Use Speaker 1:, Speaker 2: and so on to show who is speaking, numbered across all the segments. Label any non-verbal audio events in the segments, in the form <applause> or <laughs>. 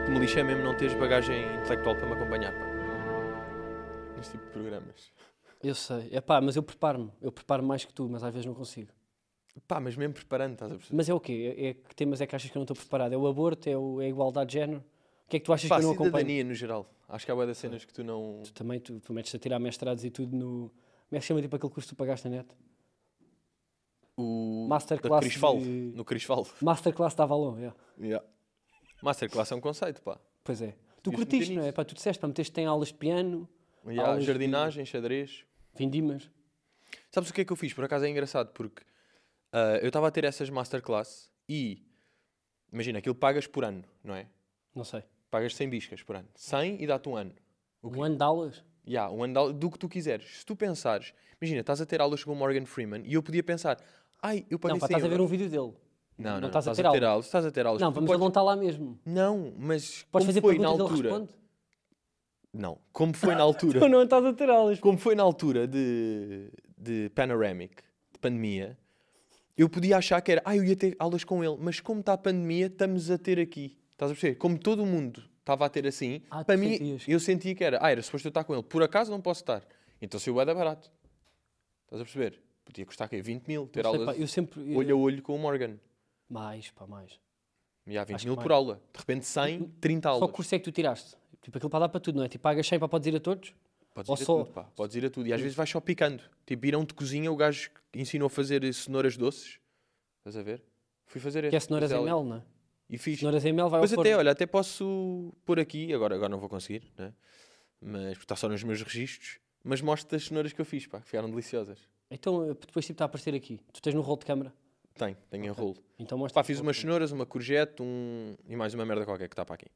Speaker 1: O que me lixa é mesmo não teres bagagem intelectual para me acompanhar, pá. Neste tipo de programas.
Speaker 2: Eu sei. É pá, mas eu preparo-me. Eu preparo mais que tu, mas às vezes não consigo.
Speaker 1: Pá, mas mesmo preparando, estás a perceber?
Speaker 2: Mas é o quê? É, é que temas é que achas que eu não estou preparado? É o aborto? É, o, é a igualdade de género? O que é que tu achas
Speaker 1: Pá,
Speaker 2: que eu não acompanho?
Speaker 1: cidadania no geral. Acho que há bué de cenas que tu não...
Speaker 2: Tu também, tu, tu metes-te a tirar mestrados e tudo no... Como é que se chama tipo aquele curso que tu pagaste na net?
Speaker 1: O... Da
Speaker 2: Masterclass
Speaker 1: Crisfal.
Speaker 2: de-
Speaker 1: No Crisfal.
Speaker 2: Masterclass da Avalon, é.
Speaker 1: Yeah. Masterclass é um conceito, pá.
Speaker 2: Pois é. Tu
Speaker 1: Devias
Speaker 2: curtiste,
Speaker 1: meter
Speaker 2: não é?
Speaker 1: nisso.
Speaker 2: Pá, tu disseste, pá, meteste tem aulas de piano,
Speaker 1: Yeah,
Speaker 2: Aulas de-
Speaker 1: jardinagem, xadrez...
Speaker 2: vindimas.
Speaker 1: Sabes o que é que eu fiz? Por acaso é engraçado, porque ah, eu estava a ter essas masterclass e... Imagina, aquilo pagas por ano, não é?
Speaker 2: Não sei.
Speaker 1: Pagas 100 biscas por ano. 100 e dá-te um ano.
Speaker 2: Um ano de aulas?
Speaker 1: Ya, um ano de aula- do que tu quiseres. Se tu pensares, imagina, estás a ter aulas com o Morgan Freeman e eu podia pensar, ai, eu paguei
Speaker 2: não, pá,
Speaker 1: 100
Speaker 2: estás a ver
Speaker 1: euros."
Speaker 2: um vídeo dele.
Speaker 1: Não, não,
Speaker 2: não estás a ter aulas.
Speaker 1: aulas. Estás a ter aulas.
Speaker 2: Não,
Speaker 1: Tu
Speaker 2: vamos
Speaker 1: podes-
Speaker 2: apontar lá mesmo.
Speaker 1: Não, mas como
Speaker 2: Podes fazer
Speaker 1: foi na
Speaker 2: perguntas e ele
Speaker 1: altura...
Speaker 2: responde.
Speaker 1: <laughs> Não, como foi na
Speaker 2: Tu <laughs>
Speaker 1: altura...
Speaker 2: não estás a ter aulas.
Speaker 1: como foi na altura de, de Panoramic, de pandemia, eu podia achar que era, ah, eu ia ter aulas com ele, mas como está a pandemia, estamos a ter aqui. Estás a perceber? Como todo mundo estava a ter assim,
Speaker 2: Ah, tu
Speaker 1: para mim,
Speaker 2: sentias.
Speaker 1: eu sentia que era, ah, era suposto eu estar com ele, por acaso não posso estar. Então se eu era barato. Estás a perceber? Podia custar que 20 mil, ter
Speaker 2: Não sei,
Speaker 1: aulas
Speaker 2: pá, eu sempre...
Speaker 1: olho a olho com o Morgan.
Speaker 2: Mais, pá, mais.
Speaker 1: E há 20
Speaker 2: Acho
Speaker 1: mil
Speaker 2: que
Speaker 1: por aula. De repente 100, 30
Speaker 2: Só
Speaker 1: aulas.
Speaker 2: que curso é que tu tiraste? Tipo, aquilo para dar para tudo, não é? Tipo, pagas 100 para podes ir a todos?
Speaker 1: Podes
Speaker 2: Ou
Speaker 1: ir a
Speaker 2: só- Hum.
Speaker 1: tudo, pá. Podes ir a tudo. E às vezes vais só picando. Tipo, irão de cozinha, o gajo que ensinou a fazer cenouras doces. Estás a ver? Fui fazer
Speaker 2: Que é
Speaker 1: esse,
Speaker 2: cenouras
Speaker 1: fiz ela.
Speaker 2: em mel, não é?
Speaker 1: E fiz.
Speaker 2: Cenouras em mel vai ao
Speaker 1: Mas
Speaker 2: forno.
Speaker 1: até, olha, até posso pôr aqui, agora, agora não vou conseguir, né? Mas porque está só nos meus registros. Mas mostro as cenouras que eu fiz, pá, que ficaram deliciosas.
Speaker 2: Então, eh, depois tipo está a aparecer aqui. Tu tens no rol de câmara.
Speaker 1: Tenho, tenho em rolo.
Speaker 2: Então mostra.
Speaker 1: Pá, fiz umas cenouras, uma courgette, um... e mais uma merda qualquer que está para aqui.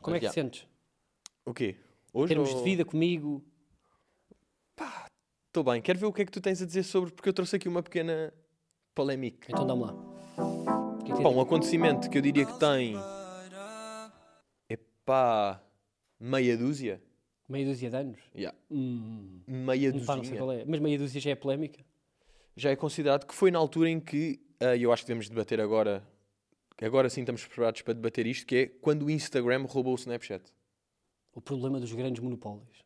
Speaker 2: Como é que
Speaker 1: já.
Speaker 2: te sentes?
Speaker 1: O quê?
Speaker 2: Em
Speaker 1: Hoje
Speaker 2: termos
Speaker 1: ou-
Speaker 2: de vida comigo?
Speaker 1: Estou bem. Quero ver o que é que tu tens a dizer sobre, porque eu trouxe aqui uma pequena polémica.
Speaker 2: Então dá-me lá. O que é que
Speaker 1: Pá,
Speaker 2: tens?
Speaker 1: um acontecimento que eu diria que tem. Epá. Meia dúzia?
Speaker 2: Meia dúzia de anos?
Speaker 1: Yeah.
Speaker 2: Hum,
Speaker 1: Meia
Speaker 2: pá, não sei
Speaker 1: dúzia.
Speaker 2: qual é. Mas meia dúzia já é polémica?
Speaker 1: Já é considerado que foi na altura em que. ah, eu acho que devemos debater agora. Agora sim estamos preparados para debater isto, que é quando o Instagram roubou o Snapchat.
Speaker 2: O problema dos grandes monopólios.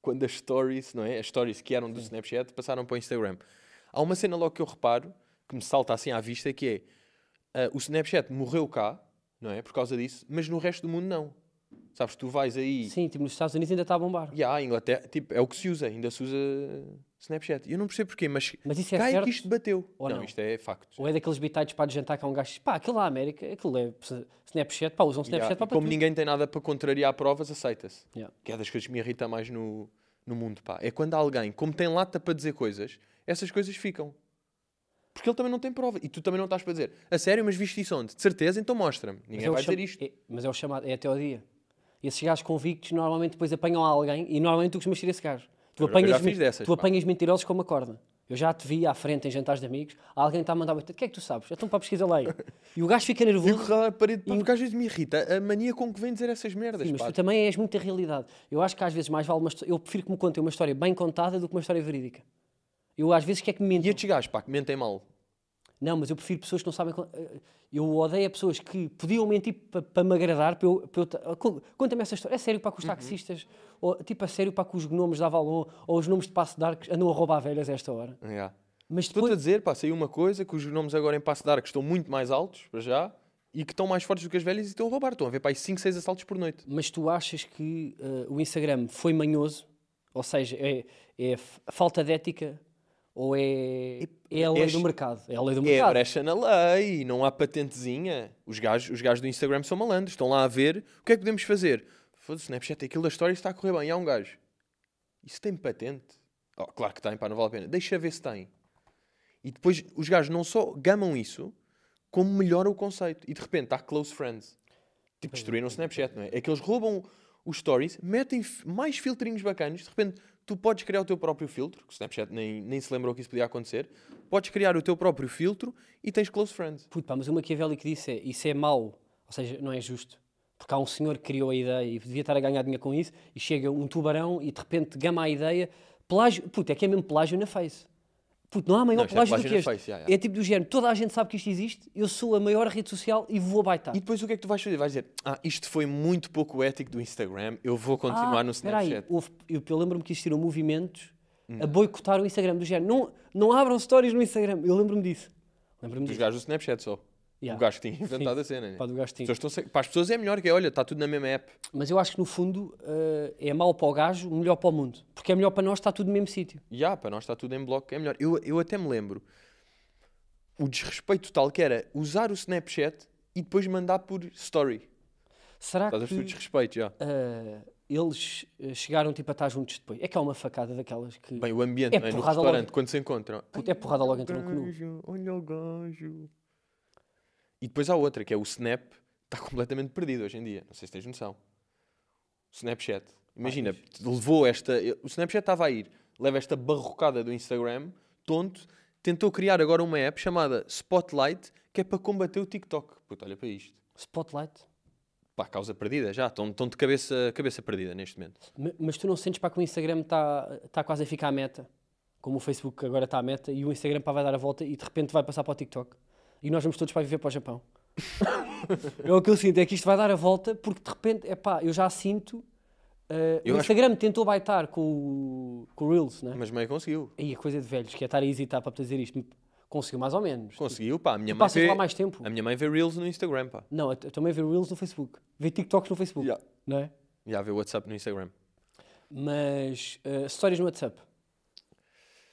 Speaker 1: Quando as stories, não é? As stories que eram do Snapchat passaram para o Instagram. Há uma cena logo que eu reparo, que me salta assim à vista, que é. ah, o Snapchat morreu cá, não é? Por causa disso, mas no resto do mundo não. Sabes, tu vais aí.
Speaker 2: Sim, tipo, nos Estados Unidos ainda está a bombar.
Speaker 1: E há, a Inglaterra, tipo, é o que se usa, ainda se usa Snapchat. Eu não percebo porquê, mas,
Speaker 2: Mas isso é
Speaker 1: cai
Speaker 2: certo?
Speaker 1: que isto bateu.
Speaker 2: Ou
Speaker 1: não,
Speaker 2: não?
Speaker 1: isto é facto.
Speaker 2: Ou é daqueles bitites para de jantar que há um gajo que diz, pá, aquilo lá, América, aquilo é Snapchat, pá, usam
Speaker 1: E há-
Speaker 2: Snapchat
Speaker 1: e
Speaker 2: pá, para
Speaker 1: como
Speaker 2: tudo.
Speaker 1: ninguém tem nada para contrariar provas, aceita-se.
Speaker 2: Yeah.
Speaker 1: Que é das coisas que me irrita mais no, no mundo, pá. É quando alguém, como tem lata para dizer coisas, essas coisas ficam. Porque ele também não tem prova. E tu também não estás para dizer, a sério, mas viste isso onde? De certeza, então mostra-me.
Speaker 2: Mas
Speaker 1: Ninguém
Speaker 2: é o
Speaker 1: vai
Speaker 2: cham-
Speaker 1: dizer isto.
Speaker 2: é- mas é o chamado, é a teoria. E esses gajos convictos normalmente depois apanham alguém e normalmente tu costumas ser esse gajo. Tu
Speaker 1: Eu já
Speaker 2: apanhas,
Speaker 1: fiz
Speaker 2: men-
Speaker 1: dessas,
Speaker 2: tu
Speaker 1: pá.
Speaker 2: apanhas mentirosos com uma corda. Eu já te vi à frente em jantares de amigos, alguém está a mandar o que é que tu sabes? Então para pesquisa lá aí. E o gajo fica
Speaker 1: Digo
Speaker 2: nervoso.
Speaker 1: rala a parede, pá, porque às vezes me irrita a mania com é que vem dizer essas merdas,
Speaker 2: Sim, mas
Speaker 1: pá.
Speaker 2: tu também és muita realidade. Eu acho que às vezes mais vale uma histó- Eu prefiro que me contem uma história bem contada do que uma história verídica. Eu às vezes quero que me
Speaker 1: E
Speaker 2: mentam.
Speaker 1: estes gajos, pá, que mentem mal.
Speaker 2: Não, mas eu prefiro pessoas que não sabem. con- eh, Eu odeio a pessoas que podiam mentir para me agradar. Para eu, para eu ta- Ah, con- Conta-me essa história. É sério para que
Speaker 1: Uhum.
Speaker 2: os taxistas, ou, tipo a sério para que os gnomos da Avalon ou os gnomos de Passo de Arcos andam a roubar velhas a esta hora.
Speaker 1: Yeah.
Speaker 2: Mas
Speaker 1: Estou-te a
Speaker 2: depois.
Speaker 1: dizer, pá, saiu uma coisa que os nomes agora em Passo de Arcos estão muito mais altos, para já, e que estão mais fortes do que as velhas e estão a roubar. Estão a ver, pá, 5, 6 assaltos por noite.
Speaker 2: Mas tu achas que eh, o Instagram foi manhoso? Ou seja, é, é f- falta de ética ou é, é a lei
Speaker 1: és-
Speaker 2: do mercado? É a lei do
Speaker 1: É
Speaker 2: mercado.
Speaker 1: brecha na lei, não há patentezinha. Os gajos, os gajos do Instagram são malandros, estão lá a ver o que é que podemos fazer. Foda-se, é Snapchat, aquilo da história está a correr bem. E há um gajo. Isso tem patente? Oh, claro que tem, pá, não vale a pena. Deixa ver se tem. E depois os gajos não só gamam isso, como melhoram o conceito. E de repente há close friends. Tipo, destruíram o Snapchat, não é? É que eles roubam os stories metem f- mais filtrinhos bacanos. De repente, tu podes criar o teu próprio filtro, que o Snapchat nem, nem se lembrou que isso podia acontecer. Podes criar o teu próprio filtro e tens close friends.
Speaker 2: Puto, pá, mas o Maquiavelli que disse é, isso é mau, ou seja, não é justo. Porque há um senhor que criou a ideia e devia estar a ganhar dinheiro com isso, e chega um tubarão e de repente gama a ideia. Plágio, puto, é que é mesmo plágio na face. Puto, não há maior
Speaker 1: Não, isto é
Speaker 2: plágio, do
Speaker 1: plágio
Speaker 2: que
Speaker 1: na
Speaker 2: este.
Speaker 1: face, já, já.
Speaker 2: É tipo do género, toda a gente sabe que isto existe, eu sou a maior rede social e vou baitar.
Speaker 1: E depois o que é que tu vais fazer? Vais dizer, ah, isto foi muito pouco ético do Instagram, eu vou continuar no
Speaker 2: Ah, espera aí,
Speaker 1: Snapchat. Hum.
Speaker 2: houve- eu, eu lembro-me que existiram movimentos a boicotar o Instagram, do género, não, não abram stories no Instagram. Eu lembro-me disso. Lembro-me
Speaker 1: Dos
Speaker 2: disso.
Speaker 1: gajos do Snapchat só.
Speaker 2: Yeah.
Speaker 1: O gajo que tinha inventado a cena. né?
Speaker 2: Pá, do gajo que tinha.
Speaker 1: As pessoas estão sem- Para as pessoas é melhor que é, olha, está tudo na mesma app.
Speaker 2: Mas eu acho que no fundo eh, é mau para o gajo, melhor para o mundo. Porque é melhor para nós, está tudo no mesmo sítio.
Speaker 1: E há, para nós está tudo em bloco, é melhor. Eu, eu até me lembro o desrespeito total que era usar o Snapchat e depois mandar por story.
Speaker 2: Será
Speaker 1: Estás a ver o
Speaker 2: que
Speaker 1: desrespeito já.
Speaker 2: eh, eles eh, chegaram tipo, a estar juntos depois? É que há uma facada daquelas que.
Speaker 1: Bem, o ambiente
Speaker 2: é
Speaker 1: não é? no
Speaker 2: porrada
Speaker 1: restaurante,
Speaker 2: logo.
Speaker 1: quando se encontram.
Speaker 2: Puta, é porrada logo entre um
Speaker 1: Olha o
Speaker 2: canu.
Speaker 1: gajo, olha o gajo. E depois há outra, que é o Snap, <laughs> está completamente perdido hoje em dia. Não sei se tens noção. O Snapchat. Imagina,
Speaker 2: Ah, é
Speaker 1: levou esta. O Snapchat estava a ir, leva esta barrocada do Instagram, tonto, tentou criar agora uma app chamada Spotlight, que é para combater o TikTok. Puta, olha para isto.
Speaker 2: Spotlight.
Speaker 1: Pá, causa perdida já. Estão, estão de cabeça, cabeça perdida neste momento.
Speaker 2: Ma- Mas tu não sentes para que o Instagram está tá quase a ficar à meta? Como o Facebook agora está à meta e o Instagram pá, vai dar a volta e de repente vai passar para o TikTok. E nós vamos todos para viver para o
Speaker 1: <laughs>
Speaker 2: Japão. é o que eu sinto, é que isto vai dar a volta porque de repente, é pá, eu já sinto. eh,
Speaker 1: Eu
Speaker 2: o
Speaker 1: acho-
Speaker 2: Instagram tentou baitar com o, com o Reels, né?
Speaker 1: Mas meio conseguiu.
Speaker 2: Aí a coisa de velhos, que é estar a hesitar para fazer isto. Conseguiu mais ou menos.
Speaker 1: Conseguiu, pá. A minha, mãe
Speaker 2: Passas
Speaker 1: vê,
Speaker 2: lá mais tempo.
Speaker 1: a minha mãe vê Reels no Instagram, pá.
Speaker 2: Não, eu t- eu também vejo Reels no Facebook. Vejo TikToks no Facebook.
Speaker 1: Yeah.
Speaker 2: Não é?
Speaker 1: Já vê o WhatsApp no Instagram.
Speaker 2: Mas eh, stories no WhatsApp.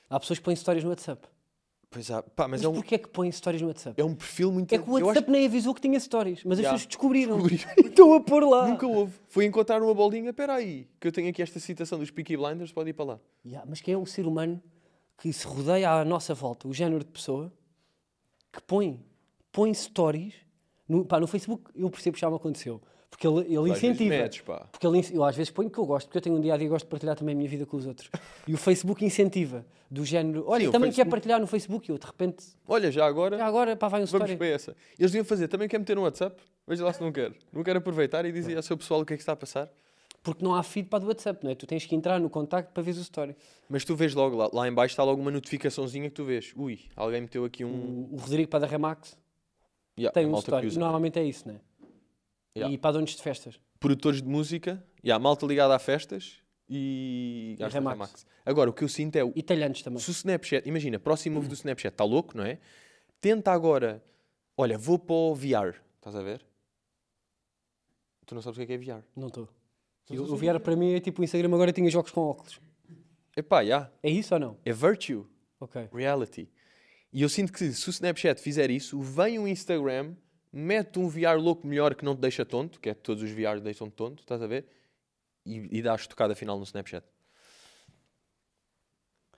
Speaker 2: Há pessoas que põem stories no WhatsApp.
Speaker 1: Pois há, pá, mas,
Speaker 2: Mas
Speaker 1: é, um,
Speaker 2: porquê é que põem stories no WhatsApp?
Speaker 1: é um perfil muito.
Speaker 2: É que o
Speaker 1: eu
Speaker 2: WhatsApp
Speaker 1: acho
Speaker 2: nem avisou que tinha stories, mas
Speaker 1: Yeah.
Speaker 2: as pessoas descobriram.
Speaker 1: Descobriram.
Speaker 2: <laughs> Estão a pôr lá.
Speaker 1: que nunca houve. Foi encontrar uma bolinha, peraí, que eu tenho aqui esta citação dos Peaky Blinders, pode ir para lá.
Speaker 2: Yeah, mas quem é o ser humano que se rodeia à nossa volta, o género de pessoa que põe, põe stories no, pá, no Facebook? Eu percebo que já me aconteceu. Porque ele, ele
Speaker 1: Às vezes
Speaker 2: incentiva.
Speaker 1: metes, pá.
Speaker 2: Porque ele, eu às vezes ponho que eu gosto, porque eu tenho um dia a dia e gosto de partilhar também a minha vida com os outros. E o Facebook incentiva, do género, olha,
Speaker 1: Sim, o
Speaker 2: também quer
Speaker 1: Facebook-
Speaker 2: partilhar no Facebook, e eu de repente,
Speaker 1: Olha, já agora,
Speaker 2: já agora, pá, vai um
Speaker 1: vamos
Speaker 2: story.
Speaker 1: para essa. Eles deviam fazer, também quer meter no WhatsApp? Veja lá se não quer. Não quer aproveitar e dizer ao seu pessoal o que é que está a passar.
Speaker 2: Porque não há feed para do WhatsApp, não é? Tu tens que entrar no contacto para ver o story.
Speaker 1: Mas tu vês logo lá, lá em baixo está logo uma notificaçãozinha que tu vês. Ui, alguém meteu aqui um.
Speaker 2: O, o Rodrigo para da Remax
Speaker 1: Yeah,
Speaker 2: Hum, tem
Speaker 1: a
Speaker 2: um
Speaker 1: malta que
Speaker 2: story.
Speaker 1: usa.
Speaker 2: Normalmente é isso, não é?
Speaker 1: Yeah.
Speaker 2: E para donos de festas.
Speaker 1: Produtores de música, yeah, malta ligada a festas e.
Speaker 2: E
Speaker 1: gajos da
Speaker 2: Remax.
Speaker 1: Remax. Agora, o que eu sinto é o-
Speaker 2: E talhantes também.
Speaker 1: Se o Snapchat, imagina, próximo move do Snapchat está louco, não é? Tenta agora, olha, vou para o VR, estás a ver? Tu não sabes o que é, que é VR.
Speaker 2: Não estou.
Speaker 1: Não sabes
Speaker 2: O VR para mim é tipo o Instagram agora tinha jogos com óculos.
Speaker 1: Epá, já,
Speaker 2: É isso ou não?
Speaker 1: é virtue,
Speaker 2: Ok.
Speaker 1: reality. E eu sinto que se o Snapchat fizer isso, vem o Instagram, mete um VR louco melhor que não te deixa tonto, que é que todos os VRs deixam-te tonto, estás a ver? E, e dás tocada final no Snapchat.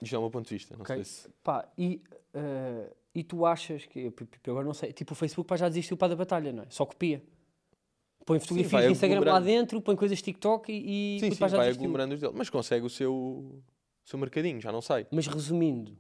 Speaker 1: Isto é o meu ponto de vista, não
Speaker 2: Ok.
Speaker 1: sei se...
Speaker 2: Pá, e, eh, e tu achas que. eu- eu Agora não sei. Tipo, o Facebook pá, já desistiu para da batalha, não é? Só copia. Põe fotografias
Speaker 1: vai
Speaker 2: do Instagram lá
Speaker 1: aglomerando.
Speaker 2: dentro, põe coisas de TikTok e. e
Speaker 1: é Sim,
Speaker 2: puto,
Speaker 1: sim, é
Speaker 2: pá, já
Speaker 1: vai
Speaker 2: desistiu.
Speaker 1: aglomerando os dele, mas consegue o seu, o seu mercadinho, já não sai.
Speaker 2: Mas resumindo,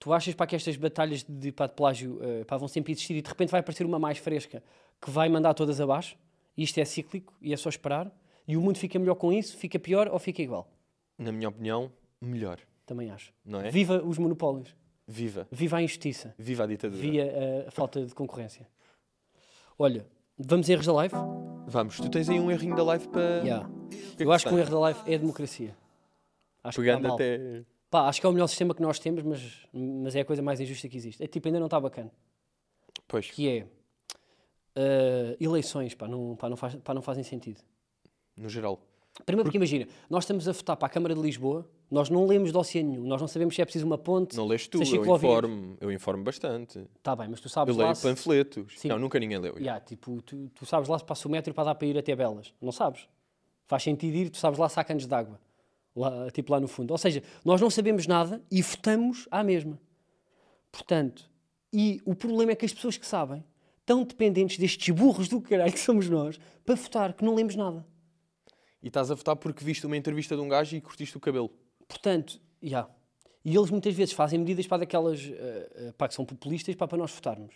Speaker 2: tu achas para que estas batalhas de, de, pá, de plágio eh, pá, vão sempre existir e de repente vai aparecer uma mais fresca que vai mandar todas abaixo? Isto é cíclico e é só esperar. E o mundo fica melhor com isso, fica pior ou fica igual?
Speaker 1: na minha opinião, melhor.
Speaker 2: Também acho.
Speaker 1: Não é?
Speaker 2: Viva os monopólios,
Speaker 1: Viva.
Speaker 2: viva a injustiça,
Speaker 1: Viva a ditadura.
Speaker 2: via eh, a falta de concorrência. Olha, vamos a erros da live?
Speaker 1: Vamos, tu tens aí um errinho da live para.
Speaker 2: Yeah.
Speaker 1: Eh, que é que
Speaker 2: Eu acho que um
Speaker 1: tens?
Speaker 2: erro da live é a democracia. Acho que está
Speaker 1: Pegando
Speaker 2: mal.
Speaker 1: até.
Speaker 2: Pá, acho que é o melhor sistema que nós temos, mas, mas é a coisa mais injusta que existe. É tipo, ainda não está bacana.
Speaker 1: Pois,
Speaker 2: que é eh, eleições, pá, não, pá, não faz- pá, não fazem sentido.
Speaker 1: no geral.
Speaker 2: Primeiro porque imagina, nós estamos a votar para a Câmara de Lisboa, nós não lemos dossiê nenhum, nós não sabemos se é preciso uma ponte.
Speaker 1: Não lês tu,
Speaker 2: se é
Speaker 1: eu
Speaker 2: ciclovia.
Speaker 1: informo. Eu informo bastante.
Speaker 2: Tá bem, mas tu
Speaker 1: Eu
Speaker 2: sabes lá
Speaker 1: leio
Speaker 2: se-
Speaker 1: panfletos.
Speaker 2: Sim.
Speaker 1: Não, nunca ninguém leu.
Speaker 2: Yeah, tipo, tu, tu sabes lá se passa o metro para dar para ir até Belas. Não sabes. Faz sentido ir, tu sabes lá sacanos de água. Lá, tipo lá no fundo. Ou seja, nós não sabemos nada e votamos à mesma. Portanto, e o problema é que as pessoas que sabem estão dependentes destes burros do caralho que somos nós para votar, que não lemos nada.
Speaker 1: E estás a votar porque viste uma entrevista de um gajo e curtiste o cabelo.
Speaker 2: Portanto, já. E eles muitas vezes fazem medidas para daquelas eh, eh, pá, que são populistas pá, para nós votarmos.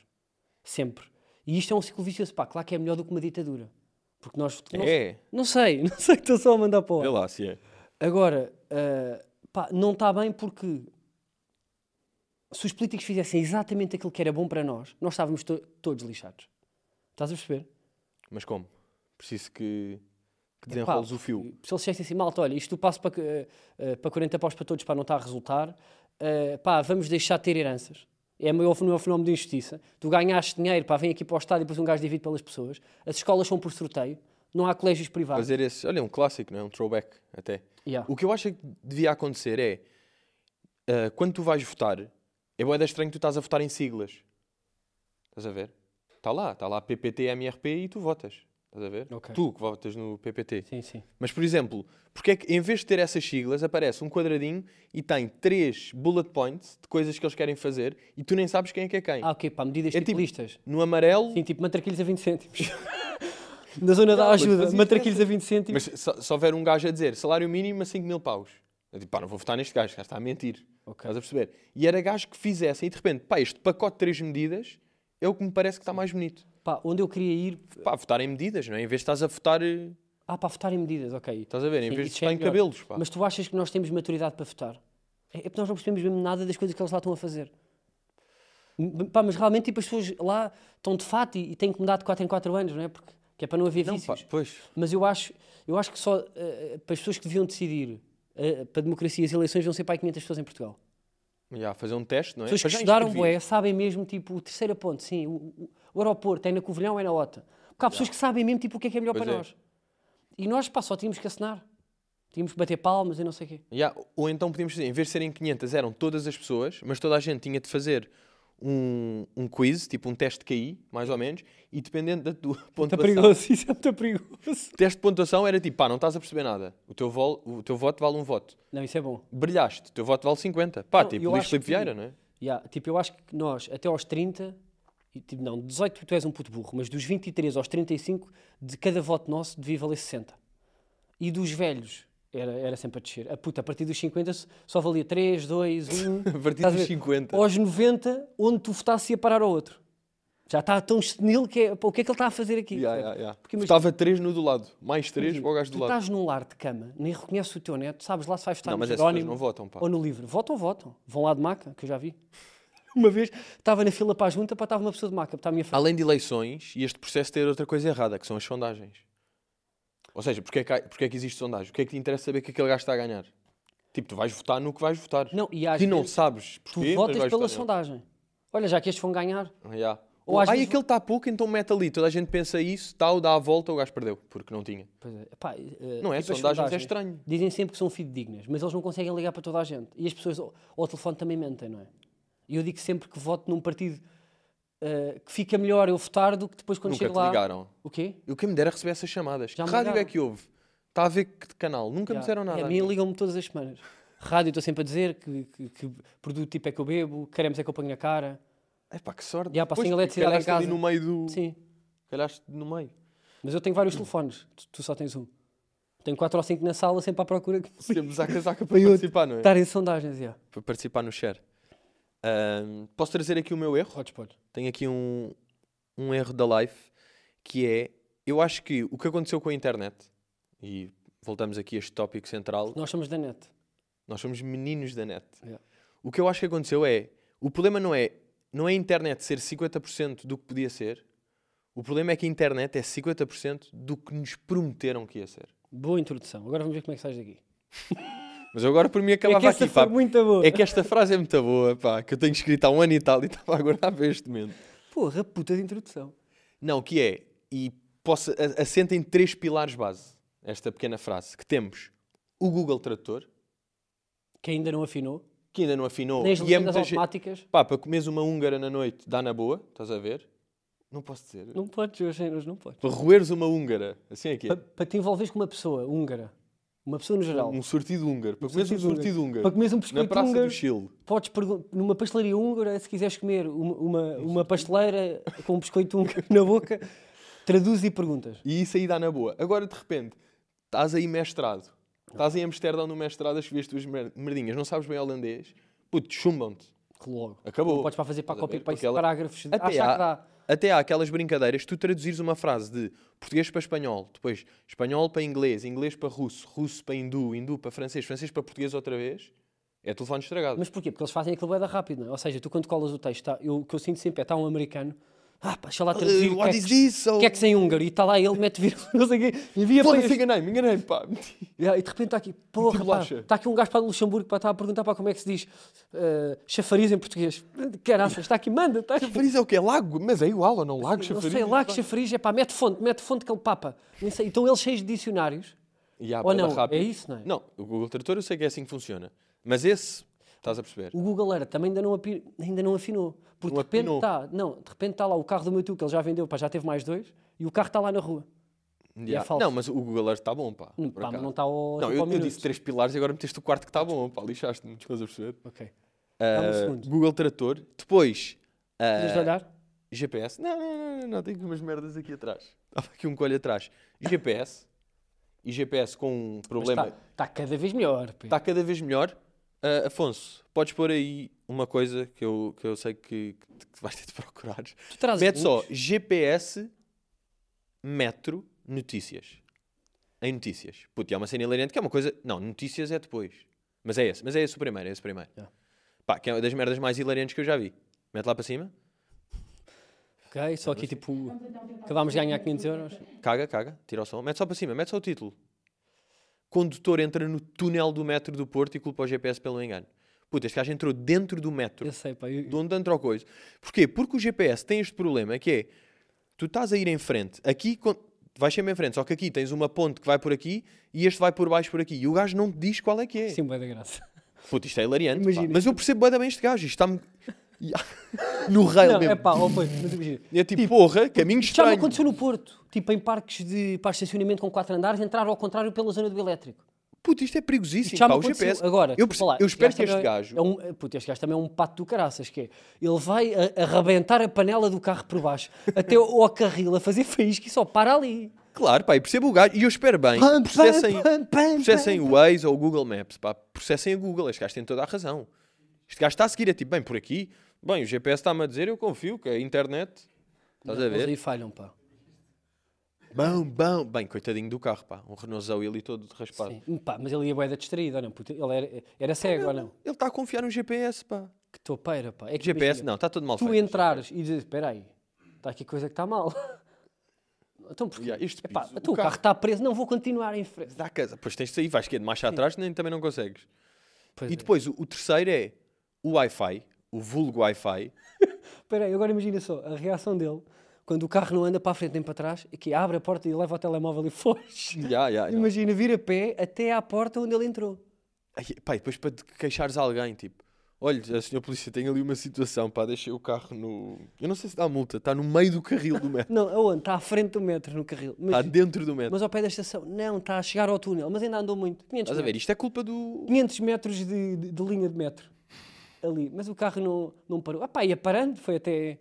Speaker 2: Sempre. E isto é um ciclo vicioso. Pá, claro que é melhor do que uma ditadura. Porque nós votamos.
Speaker 1: É.
Speaker 2: Não, sei, <laughs> não sei, estou só a mandar para o ar.
Speaker 1: Vê lá se é.
Speaker 2: Agora, eh, pá, não está bem porque se os políticos fizessem exatamente aquilo que era bom para nós, nós estávamos to- todos lixados. Estás a perceber?
Speaker 1: Mas como? Preciso que, que
Speaker 2: Epá,
Speaker 1: desenroles o fio.
Speaker 2: Se eles dissessem assim, malta, olha, isto passa para, que- eh, eh, para 40 paus para todos para não estar a resultar, eh, pá, vamos deixar de ter heranças. É o maior, o maior fenómeno de injustiça. Tu ganhaste dinheiro, pá, vem aqui para o estádio e depois um gajo divide pelas pessoas. As escolas são por sorteio, não há colégios privados.
Speaker 1: Fazer esse. Olha, é um clássico, não é? Um throwback até.
Speaker 2: Yeah.
Speaker 1: é O que eu acho que devia acontecer é. ah, quando tu vais votar, é boeda estranho que tu estás a votar em siglas. Estás a ver? Está lá, está lá PPT, MRP e tu votas. Estás a ver?
Speaker 2: Ok.
Speaker 1: Tu que votas no PPT.
Speaker 2: Sim, sim.
Speaker 1: Mas, por exemplo, porque é que em vez de ter essas siglas, aparece um quadradinho e tem três bullet points de coisas que eles querem fazer e tu nem sabes quem é que é quem.
Speaker 2: Ah, ok, pá, medidas
Speaker 1: É tipo-
Speaker 2: populistas.
Speaker 1: No amarelo,
Speaker 2: Sim, tipo matraquilhos a
Speaker 1: <laughs>
Speaker 2: 20 cêntimos. Na zona
Speaker 1: Não,
Speaker 2: da
Speaker 1: mas
Speaker 2: ajuda,
Speaker 1: fazia
Speaker 2: matraquilhos a 20 cêntimos.
Speaker 1: mas se, se houver um gajo a dizer salário mínimo a 5 mil paus, eu digo, pá, não vou votar neste gajo, este gajo está a mentir.
Speaker 2: Ok.
Speaker 1: Estás a perceber? E era gajo que fizessem e de repente, pá, este pacote de três medidas é o que me parece que está mais bonito.
Speaker 2: Pá, onde eu queria ir.
Speaker 1: Pá, votar em medidas, não é? Em vez de estás a votar, eh,
Speaker 2: Ah, pá, votar em medidas, ok.
Speaker 1: estás a ver? Em
Speaker 2: Sim,
Speaker 1: vez de
Speaker 2: isso já é
Speaker 1: votar em
Speaker 2: melhor.
Speaker 1: cabelos, pá.
Speaker 2: Mas tu achas que nós temos maturidade para votar? É é porque nós não percebemos mesmo nada das coisas que eles lá estão a fazer. M- Pá, mas realmente tipo, as pessoas lá estão de fato e, e têm que mudar de 4 em 4 anos, não é? Porque, que é para não haver
Speaker 1: Não, pá,
Speaker 2: vícios.
Speaker 1: pois.
Speaker 2: Mas eu acho, eu acho que só eh, eh, para as pessoas que deviam decidir eh, para a democracia as eleições vão ser para aí 500 pessoas em Portugal.
Speaker 1: Já, fazer um teste, não é?
Speaker 2: Pessoas que
Speaker 1: Para já
Speaker 2: estudaram
Speaker 1: inscrever.
Speaker 2: bué, sabem mesmo, tipo, o terceiro ponto, sim, o, o- o aeroporto, é na Covilhão, é na OTA. Porque há pessoas que sabem mesmo, tipo, o que é que é melhor
Speaker 1: Pois
Speaker 2: para
Speaker 1: é.
Speaker 2: nós. E nós, pá, só tínhamos que assinar. Tínhamos que bater palmas e não sei o quê.
Speaker 1: Ya, Ou então podíamos dizer, em vez de serem 500, eram todas as pessoas, mas toda a gente tinha de fazer um, um quiz, tipo um teste de KI, mais ou menos, e dependendo da tua
Speaker 2: Muito
Speaker 1: pontuação.
Speaker 2: perigoso, <laughs> isso é muito perigoso.
Speaker 1: Teste de pontuação era tipo, pá, não estás a perceber nada. O teu, vol, o teu voto vale um voto.
Speaker 2: Não, isso é bom.
Speaker 1: Brilhaste, o teu voto vale 50. Pá,
Speaker 2: Não,
Speaker 1: tipo,
Speaker 2: eu
Speaker 1: Luís
Speaker 2: acho
Speaker 1: Filipe
Speaker 2: que-
Speaker 1: Vieira, não é?
Speaker 2: Yeah, tipo, eu acho que nós, até aos 30, e, tipo, não, 18 tu és um puto burro, mas dos 23 aos 35, de cada voto nosso devia valer 60. E dos velhos, era, era sempre a descer. A puta, a partir dos 50 s- só valia 3, 2,
Speaker 1: <laughs>
Speaker 2: 1.
Speaker 1: A partir
Speaker 2: Estás
Speaker 1: dos
Speaker 2: ver?
Speaker 1: 50.
Speaker 2: Aos 90, onde tu votasse ia parar ao outro. Já está tão senil que é, pá, o que é que ele está a fazer aqui?
Speaker 1: Ya,
Speaker 2: percebes?
Speaker 1: ya, ya.
Speaker 2: Porque imagina-
Speaker 1: Votava 3 no do lado, mais 3 para o gajo do
Speaker 2: tu
Speaker 1: lado.
Speaker 2: estás num lar de cama, nem reconheces o teu neto, sabes lá se vais votar
Speaker 1: Não,
Speaker 2: no
Speaker 1: mas essas pessoas
Speaker 2: Jerónimo
Speaker 1: não votam, pá.
Speaker 2: ou no livro. Votam, votam. Vão lá de maca, que eu
Speaker 1: <laughs>
Speaker 2: já vi. Uma vez estava na fila para a junta, pá, estava uma pessoa de maca, para a minha frente.
Speaker 1: Além de eleições, e este processo ter outra coisa errada, que são as sondagens. Ou seja, porque é que, há- porque é que existe sondagem? O que é que te interessa saber que aquele gajo está a ganhar? Tipo, tu vais votar no que vais votar.
Speaker 2: Não, e às
Speaker 1: tu não
Speaker 2: vezes
Speaker 1: sabes
Speaker 2: Tu
Speaker 1: porquê, mas
Speaker 2: votas
Speaker 1: vais
Speaker 2: pela
Speaker 1: votar
Speaker 2: sondagem. Olha, já que estes vão ganhar.
Speaker 1: nele. Yeah.
Speaker 2: Ou
Speaker 1: Ou,
Speaker 2: às
Speaker 1: ai,
Speaker 2: vezes-
Speaker 1: aquele está a pouco, então mete ali. Toda a gente pensa isso, tal, dá a volta, o gajo perdeu, porque não tinha.
Speaker 2: Pois é, pá, eh,
Speaker 1: Não é?
Speaker 2: tipo as
Speaker 1: sondagens é estranho.
Speaker 2: Dizem sempre que são fidedignas, mas eles não conseguem ligar para toda a gente. E as pessoas ao, ao telefone também mentem, não é? E eu digo sempre que voto num partido eh, que fica melhor eu votar do que depois quando
Speaker 1: Nunca
Speaker 2: chego
Speaker 1: te
Speaker 2: lá.
Speaker 1: ligaram.
Speaker 2: O quê?
Speaker 1: Eu quem me dera receber essas chamadas.
Speaker 2: Já
Speaker 1: que
Speaker 2: me
Speaker 1: rádio é
Speaker 2: ligaram.
Speaker 1: que houve? Está a ver que de canal? Nunca me
Speaker 2: Yeah.
Speaker 1: disseram
Speaker 2: É,
Speaker 1: nada.
Speaker 2: a mim ligam-me todas as semanas. Rádio, estou sempre a dizer que, que, que produto tipo é que eu bebo, queremos é que eu ponho na cara.
Speaker 1: É pá, que sorte.
Speaker 2: Yeah, pá,
Speaker 1: Pois,
Speaker 2: sem
Speaker 1: porque
Speaker 2: eletricidade em
Speaker 1: calhaste ali
Speaker 2: casa.
Speaker 1: no meio do...
Speaker 2: Sim.
Speaker 1: Calhaste no meio.
Speaker 2: Mas eu tenho
Speaker 1: Hum.
Speaker 2: vários telefones, tu, tu só tens um. Tenho quatro ou cinco na sala, sempre à procura de <laughs>
Speaker 1: Sempre à casaca para participar, não é?
Speaker 2: estar em sondagens. Yeah.
Speaker 1: para participar no share. Ahm, posso trazer aqui o meu erro?
Speaker 2: Podes, podes.
Speaker 1: Tenho aqui um, um erro da life que é: eu acho que o que aconteceu com a internet, e voltamos aqui a este tópico central,
Speaker 2: Nós somos da net.
Speaker 1: nós somos meninos da net.
Speaker 2: Yeah.
Speaker 1: O que eu acho que aconteceu é: o problema não é, não é a internet ser 50% do que podia ser, o problema é que a internet é 50% do que nos prometeram que ia ser.
Speaker 2: Boa introdução. Agora vamos ver como é que sais daqui.
Speaker 1: Mas eu agora por mim acabava
Speaker 2: é que essa
Speaker 1: aqui,
Speaker 2: foi
Speaker 1: pá.
Speaker 2: muito boa.
Speaker 1: É que esta frase é muito boa, pá, que eu tenho escrito há um ano e tal e estava a guardar para este momento.
Speaker 2: Porra, puta de introdução.
Speaker 1: Não, que é, e posso, a- assenta em três pilares base, esta pequena frase, que temos o Google Tradutor,
Speaker 2: Que ainda não afinou.
Speaker 1: que ainda não afinou,
Speaker 2: Nem as
Speaker 1: e é
Speaker 2: legendas
Speaker 1: muita gente...
Speaker 2: automáticas.
Speaker 1: Pá, para comeres uma húngara na noite, dá na boa, estás a ver? Não posso dizer.
Speaker 2: Não podes, hoje em hoje não podes.
Speaker 1: Para roeres uma húngara, assim é que
Speaker 2: Pa-
Speaker 1: é.
Speaker 2: Para, te envolveres com uma pessoa húngara. Uma pessoa no geral.
Speaker 1: Um sortido húngaro, para comeres um
Speaker 2: sortido
Speaker 1: sortido húngaro.
Speaker 2: Para comeres um
Speaker 1: Na
Speaker 2: biscoito
Speaker 1: Praça
Speaker 2: húngaro.
Speaker 1: do Chile.
Speaker 2: Podes pergun- numa pastelaria húngara, se quiseres comer uma, uma, uma pasteleira com um biscoito húngaro na boca, traduz e perguntas.
Speaker 1: E isso aí dá na boa. Agora, de repente, Estás aí mestrado. Estás em Amsterdão no mestrado a escrever as tuas mer- merdinhas. Não sabes bem holandês. Puto, chumbam-te.
Speaker 2: Que logo.
Speaker 1: Acabou.
Speaker 2: Não podes para fazer para
Speaker 1: Estás a
Speaker 2: copy
Speaker 1: ver?
Speaker 2: paste
Speaker 1: Porque ela-
Speaker 2: parágrafos. de-
Speaker 1: Até
Speaker 2: Achar que
Speaker 1: há,
Speaker 2: dá.
Speaker 1: até há aquelas brincadeiras, tu traduzires uma frase de português para espanhol, depois espanhol para inglês, inglês para russo, russo para hindu, hindu para francês, francês para português outra vez, é telefone estragado.
Speaker 2: Mas porquê? Porque eles fazem aquilo bem rápido, não é? Ou seja, tu quando colas o texto, tá, eu, o que eu sinto sempre é está um americano. Ah, pá, deixa lá traduzir.
Speaker 1: Uh,
Speaker 2: o que é
Speaker 1: what
Speaker 2: que
Speaker 1: is this? Oh,
Speaker 2: o que é que sem húngaro? E está lá ele, mete vírgula, <laughs> não sei o quê, envia para
Speaker 1: Foda-se,
Speaker 2: este.
Speaker 1: enganei-me, enganei-me, pá.
Speaker 2: E de repente está aqui, porra,
Speaker 1: Tipo,
Speaker 2: pá,
Speaker 1: lacha.
Speaker 2: está aqui um gajo para do Luxemburgo para estar a perguntar para como é que se diz eh, chafariz em português. <laughs> Caraças, está aqui, manda, está aqui.
Speaker 1: Chafariz é o quê? Lago? Mas é igual ou não? Lago,
Speaker 2: Não
Speaker 1: chafariz?
Speaker 2: sei lá que chafariz é pá, mete fonte, mete fonte que ele papa. Nem sei. Então eles cheios de dicionários.
Speaker 1: E há
Speaker 2: Ou
Speaker 1: bué da
Speaker 2: não,
Speaker 1: rápido.
Speaker 2: é isso, não é?
Speaker 1: Não, o Google Tradutor eu sei que é assim que funciona. Mas esse, estás a perceber?
Speaker 2: O Google era também ainda não, api- ainda não afinou. Porque
Speaker 1: Não
Speaker 2: de repente
Speaker 1: afinou.
Speaker 2: está, não, de repente está lá o carro do meu tio que ele já vendeu, pá, já teve mais dois, e o carro está lá na rua.
Speaker 1: Já.
Speaker 2: é falso.
Speaker 1: Não, mas o Google Earth está bom, pá.
Speaker 2: Hum,
Speaker 1: por
Speaker 2: pá, mas
Speaker 1: acaso.
Speaker 2: não está ao,
Speaker 1: Não,
Speaker 2: tipo,
Speaker 1: eu,
Speaker 2: ao
Speaker 1: eu
Speaker 2: minuto.
Speaker 1: disse três pilares e agora meteste o quarto que está bom, pá, lixaste-me, estás a perceber?
Speaker 2: Ok. Dá-me um
Speaker 1: Ah,
Speaker 2: segundo.
Speaker 1: Google Trator, depois
Speaker 2: Tens de
Speaker 1: ah,
Speaker 2: olhar? tá,
Speaker 1: GPS. Não, não, não, não, não, tenho aqui umas merdas aqui atrás. Estava aqui um colho atrás. GPS. E GPS com um
Speaker 2: Mas tá.
Speaker 1: problema. Tá,
Speaker 2: Está
Speaker 1: Está
Speaker 2: está cada vez melhor. pá.
Speaker 1: cada vez melhor. Ah, Afonso, podes pôr aí uma coisa que eu, que eu sei que, que vais ter de procurar.
Speaker 2: Tu trazes
Speaker 1: Mete só
Speaker 2: links?
Speaker 1: GPS Metro Notícias. Em notícias. Puto, e há uma cena hilariante que é uma coisa. Não, notícias é depois. Mas é esse. Mas é esse o primeiro. É esse o primeiro.
Speaker 2: Yeah.
Speaker 1: Pá, que é uma das merdas mais hilariantes que eu já vi. Mete lá para cima.
Speaker 2: Ok, só aqui tipo. Acabámos de ganhar 500 euros.
Speaker 1: Caga, caga. Tira o som. Mete só para cima. Mete só o título. Condutor entra no túnel do metro do Porto e culpa o GPS pelo engano. Puta, este gajo entrou dentro do metro.
Speaker 2: Eu sei, pá. eu-
Speaker 1: de onde entra o coisa. Porquê? Porque o GPS tem este problema que é, tu estás a ir em frente, aqui con- vais sempre em frente, só que aqui tens uma ponte que vai por aqui e este vai por baixo por aqui. E o gajo não te diz qual é que é.
Speaker 2: Sim, bué da graça.
Speaker 1: Puta, isto é hilariante. pá.
Speaker 2: Imagina.
Speaker 1: Mas eu percebo bué da bem este gajo. Isto está-me... <laughs> no rail
Speaker 2: Não,
Speaker 1: Tá
Speaker 2: é
Speaker 1: mesmo.
Speaker 2: pá, ó, pois, mas imagina.
Speaker 1: É, tipo, porra, caminho
Speaker 2: Já me
Speaker 1: estranho.
Speaker 2: aconteceu no Porto, tipo em parques de para estacionamento com quatro andares, entrar ao contrário pela zona do elétrico.
Speaker 1: Puta, isto é perigosíssimo.
Speaker 2: Já me
Speaker 1: pá, o
Speaker 2: aconteceu.
Speaker 1: GPS.
Speaker 2: Agora,
Speaker 1: eu,
Speaker 2: desculpa
Speaker 1: perce-
Speaker 2: lá,
Speaker 1: eu espero que
Speaker 2: também
Speaker 1: este
Speaker 2: é-
Speaker 1: gajo...
Speaker 2: É um, puto, este gajo também é um pato do caraças, que é. Ele vai a, a rebentar a panela do carro por baixo, até ao, ao carril, a fazer faísca e só para ali.
Speaker 1: Claro, pá, eu percebo o gajo. E eu espero bem.
Speaker 2: Pam, pam,
Speaker 1: Processem,
Speaker 2: pam, pam,
Speaker 1: processem o Waze ou o Google Maps, pá. Processem o Google. Este gajo tem toda a razão. Este gajo está a seguir, é tipo, bem, por aqui. Bem, o GPS está-me a dizer, eu confio que é a internet. Estás a
Speaker 2: Eles
Speaker 1: ver?
Speaker 2: aí falham, pá.
Speaker 1: Bão, bão. Bem, coitadinho do carro, pá. Um Renault Zoe ali todo raspado.
Speaker 2: Sim. Pá, mas ele ia bué da distraída, ou não? Puto, ele era, era cego, ou não?
Speaker 1: Ele está a confiar no GPS, pá.
Speaker 2: Que topeira, pá. É que
Speaker 1: GPS,
Speaker 2: imagina,
Speaker 1: não, está todo mal
Speaker 2: tu
Speaker 1: feito.
Speaker 2: entrares e dizes, espera aí, está aqui coisa que está mal. <laughs> Então, porque,
Speaker 1: Ya, este
Speaker 2: epá,
Speaker 1: piso, o
Speaker 2: então o carro
Speaker 1: carro-
Speaker 2: está preso, não vou continuar em frente.
Speaker 1: Dá casa. Pois tens de sair, vais que é de marcha atrás, nem, também não consegues.
Speaker 2: Pois
Speaker 1: E
Speaker 2: é.
Speaker 1: depois, o, o terceiro é o Wi-Fi, o vulgo Wi-Fi.
Speaker 2: Espera aí, agora imagina só, a reação dele, quando o carro não anda para a frente nem para trás, é que abre a porta e leva o telemóvel e foge.
Speaker 1: Ya, ya, ya.
Speaker 2: Imagina, vir a pé até à porta onde ele entrou.
Speaker 1: Ai, pá, e depois para te queixares a alguém, tipo, olha, a senhora polícia tem ali uma situação, pá, deixei o carro no. Eu não sei se dá multa, está no meio do carril do <laughs> metro,
Speaker 2: Não, aonde? Está à frente do metro, no carril. Mas,
Speaker 1: está dentro do metro.
Speaker 2: mas ao pé da estação. Não, está a chegar ao túnel, mas ainda andou muito. 500
Speaker 1: Estás a
Speaker 2: metros.
Speaker 1: ver? Isto é culpa do.
Speaker 2: 500 metros de, de- de linha de metro ali, mas o carro não, não parou. Ah pá, ia parando, foi até.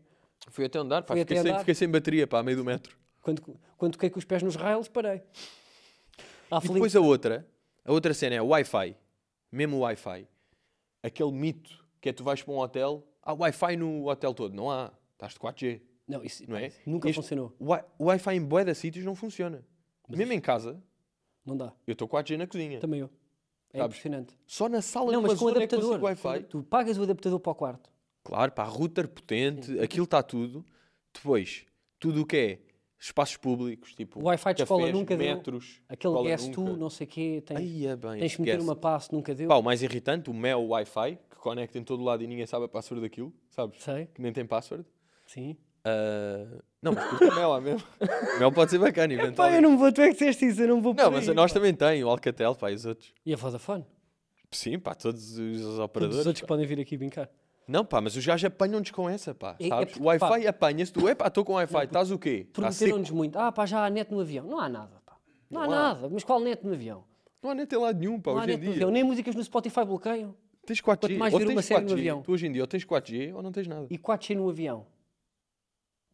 Speaker 1: Fui até andar, pá,
Speaker 2: Fui
Speaker 1: fiquei,
Speaker 2: até
Speaker 1: sem,
Speaker 2: andar.
Speaker 1: fiquei sem bateria, pá, a meio do metro.
Speaker 2: Quando, quando toquei com os pés nos rails, parei. Ah,
Speaker 1: E
Speaker 2: Felipe,
Speaker 1: depois a outra, a outra cena é o Wi-Fi, mesmo o Wi-Fi. Aquele mito que é tu vais para um hotel, há Wi-Fi no hotel todo, não há, estás de 4G.
Speaker 2: Não, isso,
Speaker 1: não é?
Speaker 2: isso nunca
Speaker 1: Este-
Speaker 2: funcionou.
Speaker 1: O Wi- o Wi-Fi em boé de sítios não funciona. Mesmo em casa,
Speaker 2: Não dá.
Speaker 1: eu estou 4G na cozinha.
Speaker 2: Também eu. É
Speaker 1: Sabes?
Speaker 2: impressionante.
Speaker 1: Só na sala
Speaker 2: Não,
Speaker 1: numa
Speaker 2: mas com o
Speaker 1: zona é que consigo
Speaker 2: adaptador. com
Speaker 1: Wi-Fi.
Speaker 2: adap- Tu pagas o adaptador para o quarto.
Speaker 1: Claro, pá, router potente, aquilo está tudo. Depois, tudo o que é espaços públicos, tipo
Speaker 2: O Wi-Fi de escola
Speaker 1: cafés,
Speaker 2: nunca deu.
Speaker 1: metros,
Speaker 2: Aquele
Speaker 1: escola
Speaker 2: guess tu,
Speaker 1: é? nunca.
Speaker 2: não sei o quê, tens,
Speaker 1: Aí é bem,
Speaker 2: tens que meter
Speaker 1: esquece.
Speaker 2: uma passe, nunca deu.
Speaker 1: Pá, o mais irritante, o meu Wi-Fi, que conecta em todo lado e ninguém sabe a password daquilo, sabes?
Speaker 2: Sei,
Speaker 1: Que nem tem password.
Speaker 2: sim.
Speaker 1: Ah, não, mas curto o mel lá mesmo. O mel pode ser bacana,
Speaker 2: <laughs> Pá, eu
Speaker 1: eventualmente.
Speaker 2: não vou, tu é que disseste isso, eu não vou
Speaker 1: Então não,
Speaker 2: por
Speaker 1: mas
Speaker 2: aí,
Speaker 1: a nós
Speaker 2: pá.
Speaker 1: também tem, o Alcatel, pá, e os outros.
Speaker 2: E a Vodafone?
Speaker 1: Sim, pá, todos os
Speaker 2: Todos
Speaker 1: operadores. Ah,
Speaker 2: os outros
Speaker 1: pá.
Speaker 2: que podem vir aqui brincar.
Speaker 1: Não, pá, mas os gajos apanham-nos com essa, pá.
Speaker 2: É- é
Speaker 1: sabes?
Speaker 2: porque,
Speaker 1: o Wi-Fi apanha-se, tu, é pá, estou com Wi-Fi, estás o quê? Tá seco.
Speaker 2: Prometeram-nos muito. Ah, pá, já há net no avião. Não há nada, pá. Não, há,
Speaker 1: Não há.
Speaker 2: nada. Mas qual net no avião?
Speaker 1: Não há net em lado nenhum, pá,
Speaker 2: não há
Speaker 1: hoje em
Speaker 2: net no
Speaker 1: dia.
Speaker 2: avião. Nem músicas no Spotify bloqueiam.
Speaker 1: Tens 4G.
Speaker 2: Quanto mais
Speaker 1: ou
Speaker 2: ver
Speaker 1: tens
Speaker 2: uma série no
Speaker 1: 4G.
Speaker 2: avião.
Speaker 1: Tu hoje em dia ou tens 4G ou não tens nada.
Speaker 2: E 4G no avião.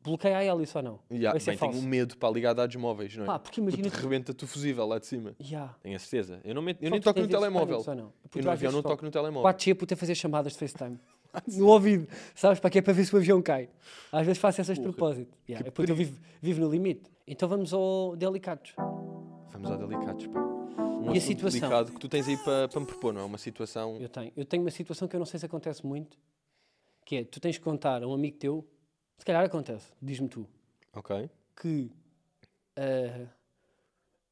Speaker 2: bloqueia ela isso ou não.
Speaker 1: Ya,
Speaker 2: Vai ser
Speaker 1: bem,
Speaker 2: falso.
Speaker 1: tenho um medo para ligar dados móveis, não é?
Speaker 2: Pá, porque imagina
Speaker 1: Porque rebenta-te o fusível lá de cima.
Speaker 2: Ya.
Speaker 1: Tenho a certeza. Eu, não meto- eu
Speaker 2: Só
Speaker 1: nem
Speaker 2: tu
Speaker 1: toco no
Speaker 2: tens esse
Speaker 1: telemóvel.
Speaker 2: pânico, ou não? Puto,
Speaker 1: Eu no
Speaker 2: às
Speaker 1: avião
Speaker 2: vezes
Speaker 1: não
Speaker 2: toco.
Speaker 1: toco no telemóvel.
Speaker 2: 4G para fazer chamadas de FaceTime. <laughs> No ouvido, sabes? Para que é para ver se o avião cai. Às vezes faço essas de propósito. Yeah, é porque eu vivo, vivo no limite. Então vamos ao delicados.
Speaker 1: Vamos lá delicados, pá. Um
Speaker 2: E a
Speaker 1: assunto
Speaker 2: situação?
Speaker 1: delicado que tu tens aí para, para me propor, não é? Uma situação...
Speaker 2: Eu tenho. Eu tenho uma situação que eu não sei se acontece muito, que é tu tens que contar a um amigo teu, se calhar acontece, diz-me tu,
Speaker 1: Ok.
Speaker 2: que ah,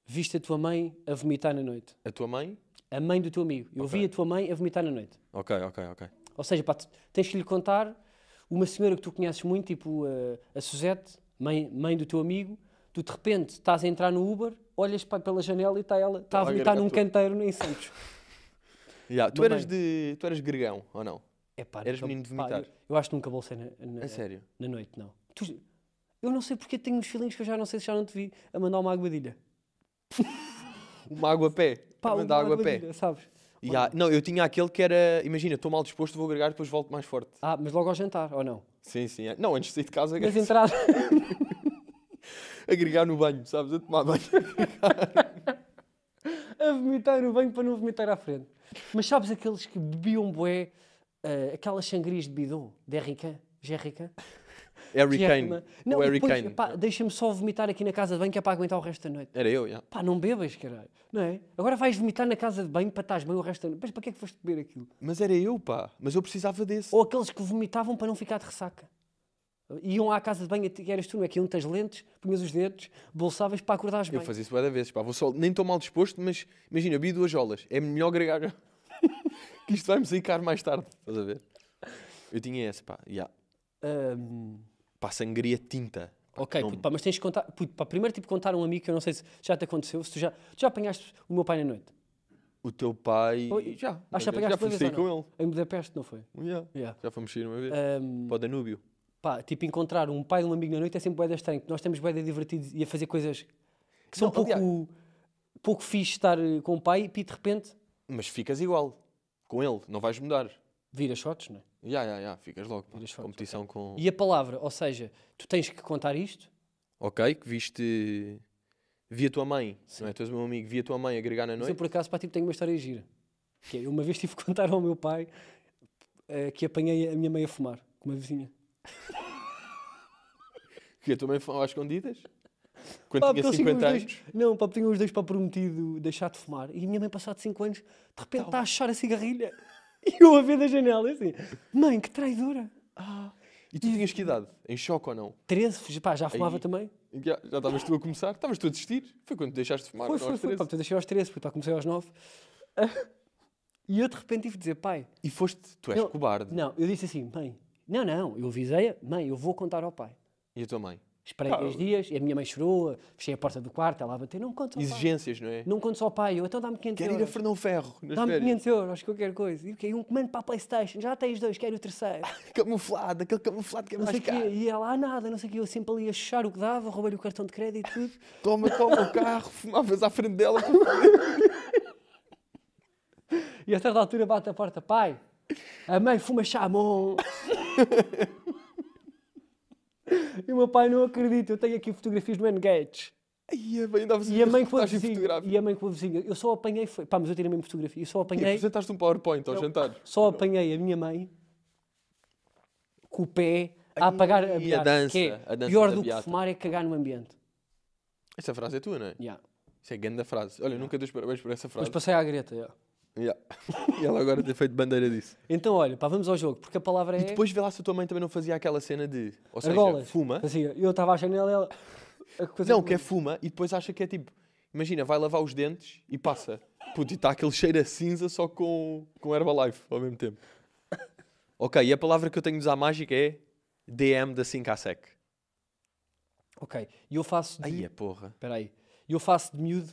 Speaker 2: viste a tua mãe a vomitar na noite.
Speaker 1: A tua mãe?
Speaker 2: A mãe do teu amigo. Eu vi
Speaker 1: Ok.
Speaker 2: a tua mãe a vomitar na noite.
Speaker 1: Ok, ok, ok.
Speaker 2: Ou seja, pá, tu tens que lhe contar uma senhora que tu conheces muito, tipo eh, a Suzete, mãe, mãe do teu amigo, tu de repente estás a entrar no Uber, olhas pa- pela janela e está ela está a
Speaker 1: Ela a
Speaker 2: vomitar num
Speaker 1: gargatua.
Speaker 2: canteiro em <laughs> Santos.
Speaker 1: Ya, tu,
Speaker 2: Uma
Speaker 1: eras
Speaker 2: mãe.
Speaker 1: de, tu eras gregão, ou não?
Speaker 2: É pá,
Speaker 1: Eras
Speaker 2: nunca-
Speaker 1: menino de
Speaker 2: pá,
Speaker 1: vomitar?
Speaker 2: eu, eu acho que nunca bolsei na, na,
Speaker 1: A sério?
Speaker 2: na noite, não. Tu- eu não sei porque tenho uns feelings que eu já não sei se já não te vi a mandar uma aguadilha.
Speaker 1: Uma água a pé. Pá,
Speaker 2: Pá, uma
Speaker 1: mandar água a pé.
Speaker 2: aguadilha, sabes?
Speaker 1: Ya, Não, eu tinha aquele que era... Imagina, estou mal disposto, vou agregar, depois volto mais forte.
Speaker 2: Ah, mas logo ao jantar,
Speaker 1: <laughs>
Speaker 2: ou não?
Speaker 1: Sim, sim. é. Não, antes de sair de casa,
Speaker 2: Mas então- entrada.
Speaker 1: <laughs> agregar no banho, sabes? A tomar banho.
Speaker 2: a vomitar no banho para não vomitar à frente. Mas sabes aqueles que bebiam bué, eh, aquelas sangrias de bidon, de Jerrican? Jerrican?
Speaker 1: <laughs> Harry
Speaker 2: Jerrican.
Speaker 1: Kane.
Speaker 2: Não,
Speaker 1: o
Speaker 2: e
Speaker 1: Harry
Speaker 2: depois,
Speaker 1: Kane.
Speaker 2: pá, deixa-me só vomitar aqui na casa de banho que é para aguentar o resto da noite.
Speaker 1: Era eu, já.
Speaker 2: Pá, não bebas, caralho. Não é? Agora vais vomitar na casa de banho para estás bem o resto da noite. Mas para que é que foste beber aquilo?
Speaker 1: Mas era eu, pá. Mas eu precisava desse.
Speaker 2: Ou aqueles que vomitavam para não ficar de ressaca. Iam à casa de banho, e eras tu, não é? Que iam tens lentes, punhas os dedos, bolsavas para acordares bem.
Speaker 1: Eu fazia isso várias vezes, pá. Vou só... Nem estou mal disposto, mas imagina, eu vi duas olas. É melhor agregar. <laughs> já. que isto vai-me zicar mais tarde. Estás a ver? Eu tinha esse, pá. já.
Speaker 2: Ahm,
Speaker 1: Pá, sangria tinta. Pá,
Speaker 2: Ok,
Speaker 1: não-
Speaker 2: puto, pá, mas tens de contar. Puto, pá, primeiro, tipo, contar a um amigo que eu não sei se já te aconteceu, se tu já, tu já apanhaste o meu pai na noite.
Speaker 1: O teu pai.
Speaker 2: Oi,
Speaker 1: já.
Speaker 2: Acho que
Speaker 1: uma vez. já
Speaker 2: apanhaste uma
Speaker 1: fomos
Speaker 2: vez,
Speaker 1: sair
Speaker 2: ou
Speaker 1: com
Speaker 2: não?
Speaker 1: ele.
Speaker 2: Em Budapeste, não foi?
Speaker 1: Já.
Speaker 2: Yeah.
Speaker 1: Já fomos sair uma vez.
Speaker 2: Ahm,
Speaker 1: Para o Danúbio.
Speaker 2: pá, tipo, encontrar um pai de um amigo na noite é sempre boeda estranho, porque nós estamos boeda divertidos e a fazer coisas que são
Speaker 1: Não,
Speaker 2: pouco,
Speaker 1: aliás-
Speaker 2: pouco fixe estar eh, com o pai e de repente
Speaker 1: Mas ficas igual. Com ele. Não vais mudar.
Speaker 2: vira shots, não é?
Speaker 1: Já, já, já. Ficas logo. Pá.
Speaker 2: Tiras fotos,
Speaker 1: Competição com.
Speaker 2: E a palavra, ou seja, tu tens que contar isto,
Speaker 1: Ok, que viste. Vi a tua mãe, não é? Tu és o meu amigo, vi a tua mãe agregar na
Speaker 2: Mas eu,
Speaker 1: noite.
Speaker 2: por acaso, pá, tipo, tenho uma história gira. Que é, eu uma vez tive que <laughs> contar ao meu pai eh, que apanhei a minha mãe a fumar, com uma vizinha.
Speaker 1: Que a tua mãe foi às
Speaker 2: <laughs>
Speaker 1: escondidas. Quando
Speaker 2: Pá, Ah, porque
Speaker 1: tinha
Speaker 2: eles tinham
Speaker 1: 50
Speaker 2: os
Speaker 1: anos.
Speaker 2: dois, não, pá, tinham os dois para prometido deixar de fumar. E a minha mãe, passado 5 anos, de repente está a achar a cigarrilha. <laughs> E eu a ver da janela, e assim, mãe, que traidora.
Speaker 1: E tu tinhas que idade? Em choque ou não?
Speaker 2: 13, pá, já fumava também.
Speaker 1: E Já já estavas tu a começar? Estavas tu a desistir? Foi quando deixaste de fumar?
Speaker 2: Foi,
Speaker 1: não aos
Speaker 2: foi, foi.
Speaker 1: 13.
Speaker 2: Pá, portanto, deixei aos 13, porque pá, comecei aos 9. <laughs> E eu de repente tive de dizer, pai,
Speaker 1: E foste, tu és
Speaker 2: Eu-
Speaker 1: cobarde.
Speaker 2: não, eu disse assim, mãe, não, não, eu avisei-a, mãe, eu vou contar ao pai.
Speaker 1: E a tua mãe?
Speaker 2: Esperei
Speaker 1: Pá,
Speaker 2: três dias, e a minha mãe chorou, fechei a porta do quarto, ela a bater, não contes ao pai.
Speaker 1: Exigências, não é?
Speaker 2: Não contes ao pai, eu então dá-me 500
Speaker 1: Quero ir a
Speaker 2: euros.
Speaker 1: Fernão Ferro nas
Speaker 2: Dá-me
Speaker 1: férias.
Speaker 2: 500 euros, qualquer coisa. E o quê? Um comando para a Playstation, já tens dois, quero o
Speaker 1: <laughs>
Speaker 2: terceiro.
Speaker 1: Camuflado, aquele camuflado que é
Speaker 2: Não
Speaker 1: mais
Speaker 2: sei o quê.
Speaker 1: caro.
Speaker 2: E ela, ah, nada, não sei o quê. Eu sempre ali a chuchar o que dava, roubei-lhe o cartão de crédito e tudo.
Speaker 1: Toma, toma o carro, fumavas à frente dela.
Speaker 2: E a certa altura bate a porta, pai, a mãe fuma chamon. <laughs> e o meu pai, não acredito, eu tenho aqui fotografias do N. Gates.
Speaker 1: Ai, bem, andavas
Speaker 2: E a mãe com a
Speaker 1: reportagem
Speaker 2: vizinha.
Speaker 1: fotográfica.
Speaker 2: E a mãe com a vizinha. Eu só apanhei, foi, pá, mas eu tirei a mesma fotografia. Eu só
Speaker 1: E
Speaker 2: apanhei
Speaker 1: apresentaste um PowerPoint ao jantar.
Speaker 2: Só apanhei a minha mãe com o pé a apagar a,
Speaker 1: Ai, a
Speaker 2: beata,
Speaker 1: dança,
Speaker 2: que é
Speaker 1: a dança
Speaker 2: pior
Speaker 1: da
Speaker 2: do que
Speaker 1: beata.
Speaker 2: fumar é cagar no ambiente.
Speaker 1: Essa frase é tua, não é?
Speaker 2: Yeah.
Speaker 1: Isso é grande frase. Olha, nunca dei os parabéns por essa
Speaker 2: Mas
Speaker 1: frase.
Speaker 2: passei à Greta. yeah.
Speaker 1: Yeah. e ela agora tem feito bandeira disso.
Speaker 2: Então, olha, pá, vamos ao jogo, porque a palavra é.
Speaker 1: E depois vê lá se a tua mãe também não fazia aquela cena de. Ou seja,
Speaker 2: argolas.
Speaker 1: fuma.
Speaker 2: Fazia. eu estava à janela e ela. A coisa
Speaker 1: Não, que é fuma e depois acha que é tipo. Imagina, vai lavar os dentes e passa. Puto, e está aquele cheiro a cinza só com, com Herbalife ao mesmo tempo. Ok, e a palavra que eu tenho de usar mágica é DM da 5 à sec.
Speaker 2: Ok, e eu faço.
Speaker 1: Aí
Speaker 2: De...
Speaker 1: é porra.
Speaker 2: Espera aí. E eu faço de miúdo.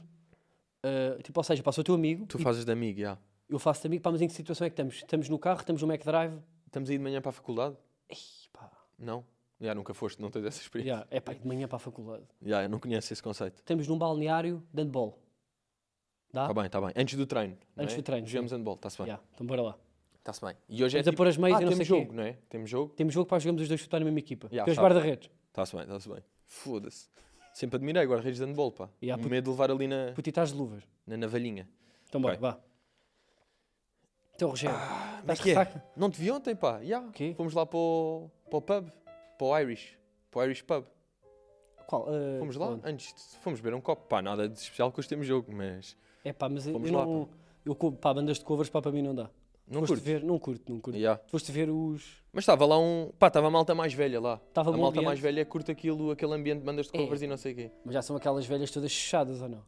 Speaker 2: ah, tipo, ou seja, pá, sou teu amigo.
Speaker 1: Tu
Speaker 2: e
Speaker 1: fazes de amigo, já.
Speaker 2: Eu faço de amigo, pá, mas em que situação é que estamos? Estamos no carro, estamos no Mac Drive.
Speaker 1: Estamos aí de manhã para a faculdade?
Speaker 2: Ih, pá.
Speaker 1: Não. Já nunca foste, não tens essa experiência.
Speaker 2: Yeah, É pá, de manhã para a faculdade.
Speaker 1: Já, eu não conheço esse conceito.
Speaker 2: Estamos num balneário de handball. Dá?
Speaker 1: Está bem, está bem. Antes do treino. não
Speaker 2: Ah. Antes
Speaker 1: é?
Speaker 2: do treino, sim.
Speaker 1: Jogamos handball, está-se bem.
Speaker 2: Yeah, então bora lá.
Speaker 1: Está-se bem. E hoje é
Speaker 2: Estamos a
Speaker 1: tipo,
Speaker 2: pôr as meias
Speaker 1: ah,
Speaker 2: e não
Speaker 1: temos
Speaker 2: sei quê.
Speaker 1: jogo, não é? Temos jogo.
Speaker 2: Temos jogo para jogarmos os dois chutar na mesma equipa.
Speaker 1: Já,
Speaker 2: Teus
Speaker 1: tá.
Speaker 2: guarda-redes.
Speaker 1: Está-se bem, está-se bem. Foda-se. Sempre admirei guarda-redes de handball, pá.
Speaker 2: E há
Speaker 1: O
Speaker 2: puto-
Speaker 1: medo de levar ali na,
Speaker 2: Puto, e estás de luvas.
Speaker 1: na navalhinha.
Speaker 2: Então bora,
Speaker 1: Ok.
Speaker 2: vá. Então, Rogério,
Speaker 1: Como é
Speaker 2: estás
Speaker 1: que
Speaker 2: de
Speaker 1: é?
Speaker 2: ressaca?
Speaker 1: Não te vi ontem, pá. Yeah.
Speaker 2: Quê?
Speaker 1: Fomos lá para o, para o pub. Para o Irish. Para o Irish pub.
Speaker 2: Qual? Ah,
Speaker 1: Fomos lá,
Speaker 2: onde?
Speaker 1: antes de- fomos beber um copo. Pá, nada de especial que hoje temos jogo, mas...
Speaker 2: É pá, mas eu
Speaker 1: Fomos lá,
Speaker 2: não... Eu, co- pá, bandas de covers, pá, para mim não dá.
Speaker 1: Não
Speaker 2: Foste
Speaker 1: curto.
Speaker 2: ver? Não curto, não curto.
Speaker 1: Yeah.
Speaker 2: Foste ver os...
Speaker 1: Mas estava lá um... Pá, estava a malta mais velha lá.
Speaker 2: Estava
Speaker 1: a
Speaker 2: bom
Speaker 1: malta
Speaker 2: ambiente.
Speaker 1: mais velha curta aquilo, aquele ambiente de bandas de
Speaker 2: É.
Speaker 1: covers e não sei o quê.
Speaker 2: Mas já são aquelas velhas todas fechadas ou não?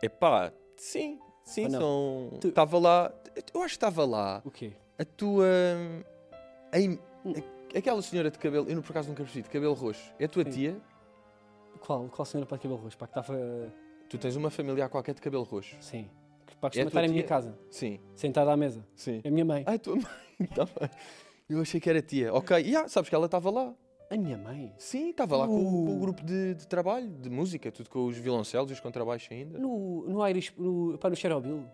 Speaker 1: É pá, sim. Sim,
Speaker 2: Ou não?
Speaker 1: são...
Speaker 2: Tu-
Speaker 1: Estava lá... Eu acho que estava lá
Speaker 2: O quê?
Speaker 1: a tua... a im- a- Aquela senhora de cabelo... Eu, por acaso, nunca percebi. De cabelo roxo. É a tua
Speaker 2: Sim.
Speaker 1: tia?
Speaker 2: Qual? Qual senhora para de cabelo roxo? Pá, que estava...
Speaker 1: Tu tens uma família a qualquer de cabelo roxo.
Speaker 2: Sim. Que
Speaker 1: É
Speaker 2: pá,
Speaker 1: a
Speaker 2: costuma
Speaker 1: tua
Speaker 2: estar em minha
Speaker 1: tia? Ah,
Speaker 2: casa.
Speaker 1: Sim,
Speaker 2: Sentada à mesa.
Speaker 1: sim.
Speaker 2: É a minha mãe.
Speaker 1: Ai, tua mãe, <laughs> tá bem. Eu achei que era tia. Ok, yeah, sabes que ela estava lá.
Speaker 2: A minha mãe?
Speaker 1: Sim, estava lá com, o- com o
Speaker 2: Uh.
Speaker 1: grupo de, de trabalho, de música, tudo com os violoncelos e os contrabaixos ainda.
Speaker 2: No, no Irish... No, pá, no Chernobyl.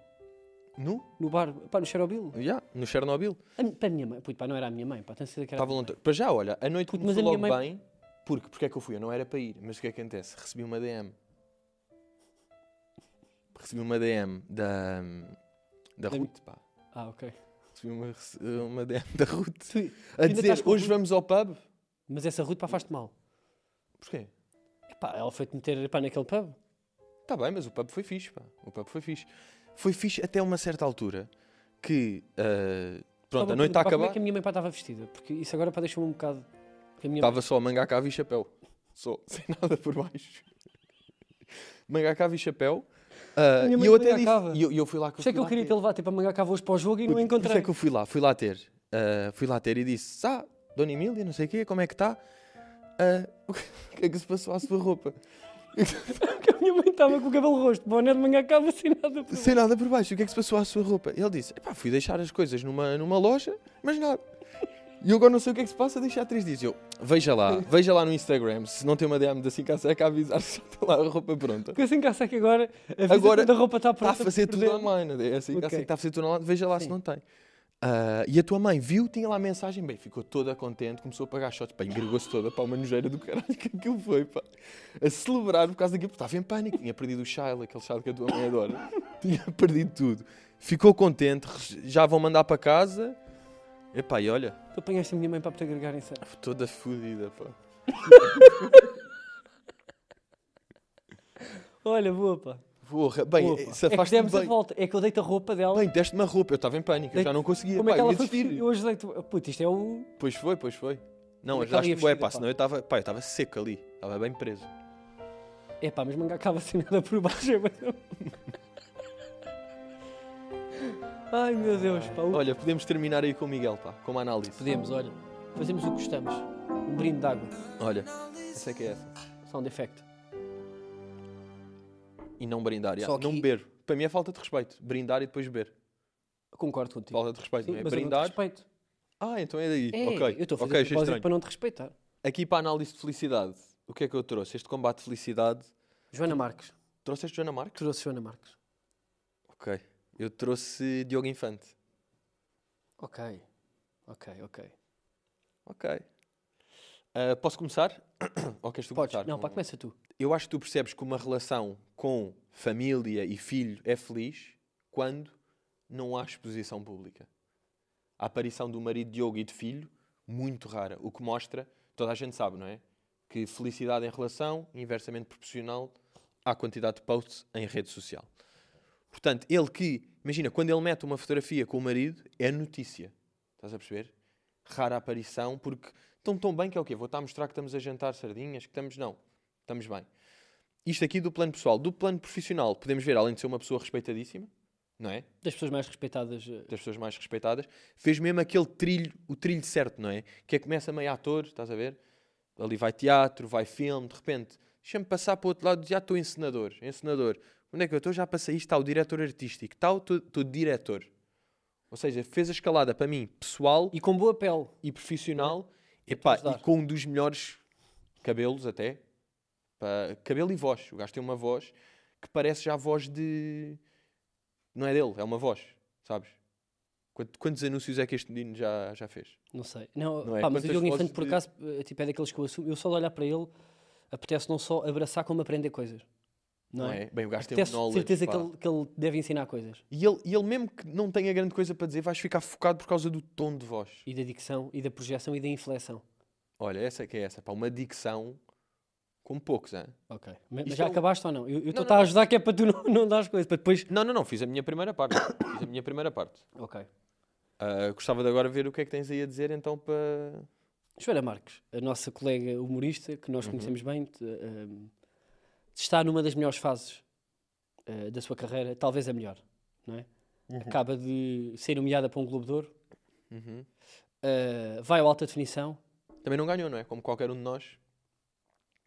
Speaker 1: No?
Speaker 2: No bar... Pá, no Chernobyl.
Speaker 1: Yeah, no Chernobyl.
Speaker 2: A, mi- pá, a minha mãe... Puto, pá, não era a minha mãe. Pá, tenho certeza que era... a
Speaker 1: Estava longe. Para já, olha, a noite
Speaker 2: Puto, mas
Speaker 1: começou
Speaker 2: a
Speaker 1: logo
Speaker 2: minha
Speaker 1: bem. Porque, porque é que eu fui? Eu não era para ir. Mas o que é que acontece? Recebi uma DM. Recebi uma DM da... Da
Speaker 2: Da-
Speaker 1: Ruth, pá.
Speaker 2: minha- Ah, ok.
Speaker 1: Recebi uma, uma DM da Ruth.
Speaker 2: Tu-
Speaker 1: A
Speaker 2: ainda
Speaker 1: dizer,
Speaker 2: estás com a
Speaker 1: hoje
Speaker 2: Ruth?
Speaker 1: vamos ao pub.
Speaker 2: Mas essa ruta, pá, faz-te mal.
Speaker 1: Porquê?
Speaker 2: Epá, ela foi-te meter pá, naquele pub.
Speaker 1: Tá bem, mas o pub foi fixe, pá. O pub foi fixe. Foi fixe até uma certa altura que. ah,
Speaker 2: Só
Speaker 1: pronto,
Speaker 2: uma
Speaker 1: a noite está
Speaker 2: pergunta,
Speaker 1: a
Speaker 2: pá, Como é
Speaker 1: acabar.
Speaker 2: que a minha mãe pá, estava vestida? Porque isso agora pá, deixou-me um bocado. que a minha
Speaker 1: Estava só manga à cava e chapéu. Só, <laughs> sem nada por baixo. manga à cava e chapéu. Ah,
Speaker 2: Minha
Speaker 1: e
Speaker 2: mãe
Speaker 1: eu
Speaker 2: de
Speaker 1: até
Speaker 2: manga à
Speaker 1: disse.
Speaker 2: cava.
Speaker 1: E eu, e eu fui lá
Speaker 2: Por isso é que eu queria ter levado tipo, a manga cá hoje para o jogo e
Speaker 1: Puto,
Speaker 2: não
Speaker 1: Por isso
Speaker 2: encontrei.
Speaker 1: é que eu fui lá, fui lá ter. Ah, fui lá ter e disse: Ah, Dona Emília, não sei o quê, como é que está? Ah, o <laughs> que é que se passou à sua roupa?
Speaker 2: Porque a minha mãe estava com o cabelo rosto, boné de manga cava sem nada. por-
Speaker 1: sem nada por baixo. O que é que se passou à sua roupa? Ele disse: Epá, fui deixar as coisas numa, numa loja, mas nada. E eu agora não sei o que é que se passa, deixei há três dias. Eu, veja
Speaker 2: <laughs>
Speaker 1: lá, veja lá no Instagram, se não tem uma DM da 5 à seca, a avisar <laughs> se já está lá a roupa pronta.
Speaker 2: Porque assim cá sei que agora, avisa
Speaker 1: Agora
Speaker 2: quando a roupa está
Speaker 1: Está
Speaker 2: pronta.
Speaker 1: a fazer
Speaker 2: por
Speaker 1: tudo
Speaker 2: dentro.
Speaker 1: online, é assim,
Speaker 2: Ok.
Speaker 1: assim que está a fazer tudo online, veja lá se
Speaker 2: Sim.
Speaker 1: não tem. Ah, e a tua mãe viu, tinha lá a mensagem, bem, ficou toda contente, começou a pagar shots, pá, envergou-se toda, pá, uma nojeira do caralho <laughs> que aquilo foi, pá, a celebrar por causa daquilo, porque estava em pânico, tinha perdido o chile, aquele chile que a tua mãe adora, <laughs> tinha perdido tudo, ficou contente, re- já vão mandar para casa, epá, e olha,
Speaker 2: Tu apanhaste a minha mãe para te agregar em sério.
Speaker 1: toda fodida, pá.
Speaker 2: Olha, boa, pá.
Speaker 1: Porra, bem,
Speaker 2: boa, pá.
Speaker 1: eh,
Speaker 2: É que
Speaker 1: safaste-me
Speaker 2: demos a
Speaker 1: bem,
Speaker 2: volta. É que eu deito a roupa dela.
Speaker 1: bem, deste-me a roupa, eu estava em pânico, eu já
Speaker 2: Deito-
Speaker 1: não conseguia,
Speaker 2: Como é
Speaker 1: pá,
Speaker 2: que
Speaker 1: eu
Speaker 2: ela
Speaker 1: ia
Speaker 2: foi
Speaker 1: desistir.
Speaker 2: vestida? Eu hoje deito. Puto, isto é o.
Speaker 1: Pois foi, pois foi. Não,
Speaker 2: Como é que ela
Speaker 1: ajudaste
Speaker 2: ia
Speaker 1: bué,
Speaker 2: vestida,
Speaker 1: pá,
Speaker 2: pá?
Speaker 1: senão eu estava, pá, eu estava seco ali, estava bem preso.
Speaker 2: É pá, mas manga acaba <laughs> sem nada por baixo. é bué da- Ai meu Deus, pá. o-
Speaker 1: Olha, podemos terminar aí com o Miguel, pá, com uma análise.
Speaker 2: Podemos, olha. Fazemos o que gostamos. Um brinde de água.
Speaker 1: Olha, essa é que é essa.
Speaker 2: Sound effect.
Speaker 1: E não brindar, já.
Speaker 2: Só que-
Speaker 1: não beber. Para mim é falta de respeito, brindar e depois beber.
Speaker 2: Concordo contigo.
Speaker 1: Falta de respeito,
Speaker 2: Sim,
Speaker 1: não é?
Speaker 2: mas eu não te
Speaker 1: Brindar.
Speaker 2: respeito.
Speaker 1: Ah, então é daí.
Speaker 2: É,
Speaker 1: ok,
Speaker 2: eu estou a fazer
Speaker 1: ok, achei
Speaker 2: propósito
Speaker 1: estranho.
Speaker 2: para não te respeitar.
Speaker 1: Aqui para a análise de felicidade, o que é que eu trouxe? Este combate de felicidade.
Speaker 2: Joana Marques.
Speaker 1: Trouxeste Joana Marques?
Speaker 2: Trouxe Joana Marques.
Speaker 1: Ok. Eu trouxe Diogo Infante.
Speaker 2: Ok. Ok, ok.
Speaker 1: Ok. Ah, posso começar? <coughs> Ou queres tu
Speaker 2: Podes.
Speaker 1: começar?
Speaker 2: Não, pá, começa tu.
Speaker 1: eu acho que tu percebes que uma relação com família e filho é feliz quando não há exposição pública. A aparição do marido Diogo e de filho, muito rara. O que mostra, toda a gente sabe, não é? Que felicidade em relação, inversamente proporcional à quantidade de posts em rede social. Portanto, ele que, imagina, quando ele mete uma fotografia com o marido, é notícia. Estás a perceber? Rara aparição, porque estão tão bem que é o quê? Vou estar a mostrar que estamos a jantar sardinhas, que estamos. Não, estamos bem. Isto aqui do plano pessoal. Do plano profissional, podemos ver, além de ser uma pessoa respeitadíssima, não é?
Speaker 2: Das pessoas mais respeitadas. eh,
Speaker 1: das pessoas mais respeitadas, fez mesmo aquele trilho, o trilho certo, não é? Que é que começa meio ator, estás a ver? Ali vai teatro, vai filme, de repente, deixa-me passar para o outro lado, já estou encenador, encenador. Onde é que eu estou? Já passei isto, está o diretor artístico, tal, estou estou diretor. Ou seja, fez a escalada para mim, pessoal
Speaker 2: E com boa pele.
Speaker 1: e profissional, epá,
Speaker 2: ajudar.
Speaker 1: e com um dos melhores cabelos até, pá, cabelo e voz. O gajo tem uma voz que parece já voz de... Não é dele, é uma voz, sabes? Quant- Quantos anúncios é que este menino já, já fez?
Speaker 2: Não sei. Não,
Speaker 1: Não é?
Speaker 2: pá, mas o
Speaker 1: Quantas
Speaker 2: Diogo
Speaker 1: vozes
Speaker 2: Infante, por
Speaker 1: de-
Speaker 2: acaso, eh, tipo, é daqueles que eu assumo. Eu só de olhar para ele, apetece não só abraçar, como aprender coisas. Não, é?
Speaker 1: Bem, o gajo tem um
Speaker 2: Apetece de
Speaker 1: knowledge.
Speaker 2: certeza
Speaker 1: pá.
Speaker 2: que ele, que ele deve ensinar coisas.
Speaker 1: E ele, e ele mesmo que não tenha grande coisa para dizer, vais ficar focado por causa do tom de voz.
Speaker 2: E da dicção, e da projeção, e da inflexão.
Speaker 1: Olha, essa é que é essa, pá, uma dicção com poucos, hã?
Speaker 2: Ok. Mas
Speaker 1: Isto
Speaker 2: já
Speaker 1: é um-
Speaker 2: acabaste ou não? Eu eu
Speaker 1: Não,
Speaker 2: estou-te
Speaker 1: não,
Speaker 2: a
Speaker 1: não.
Speaker 2: ajudar que é para tu <laughs> não, não dar as coisas, para depois...
Speaker 1: Não, não, não, fiz a minha primeira parte. fiz a minha primeira parte.
Speaker 2: Ok.
Speaker 1: Ah, gostava de agora ver o que é que tens aí a dizer, então, para.
Speaker 2: Joana Marques, a nossa colega humorista, que
Speaker 1: Uhum.
Speaker 2: nós conhecemos bem, te- ehm, está numa das melhores fases eh, da sua carreira, talvez a melhor, não é? Acaba de ser nomeada para um Globo de Ouro,
Speaker 1: Uhum.
Speaker 2: eh, vai ao Alta Definição,
Speaker 1: Também não ganhou, não é? Como qualquer um de nós.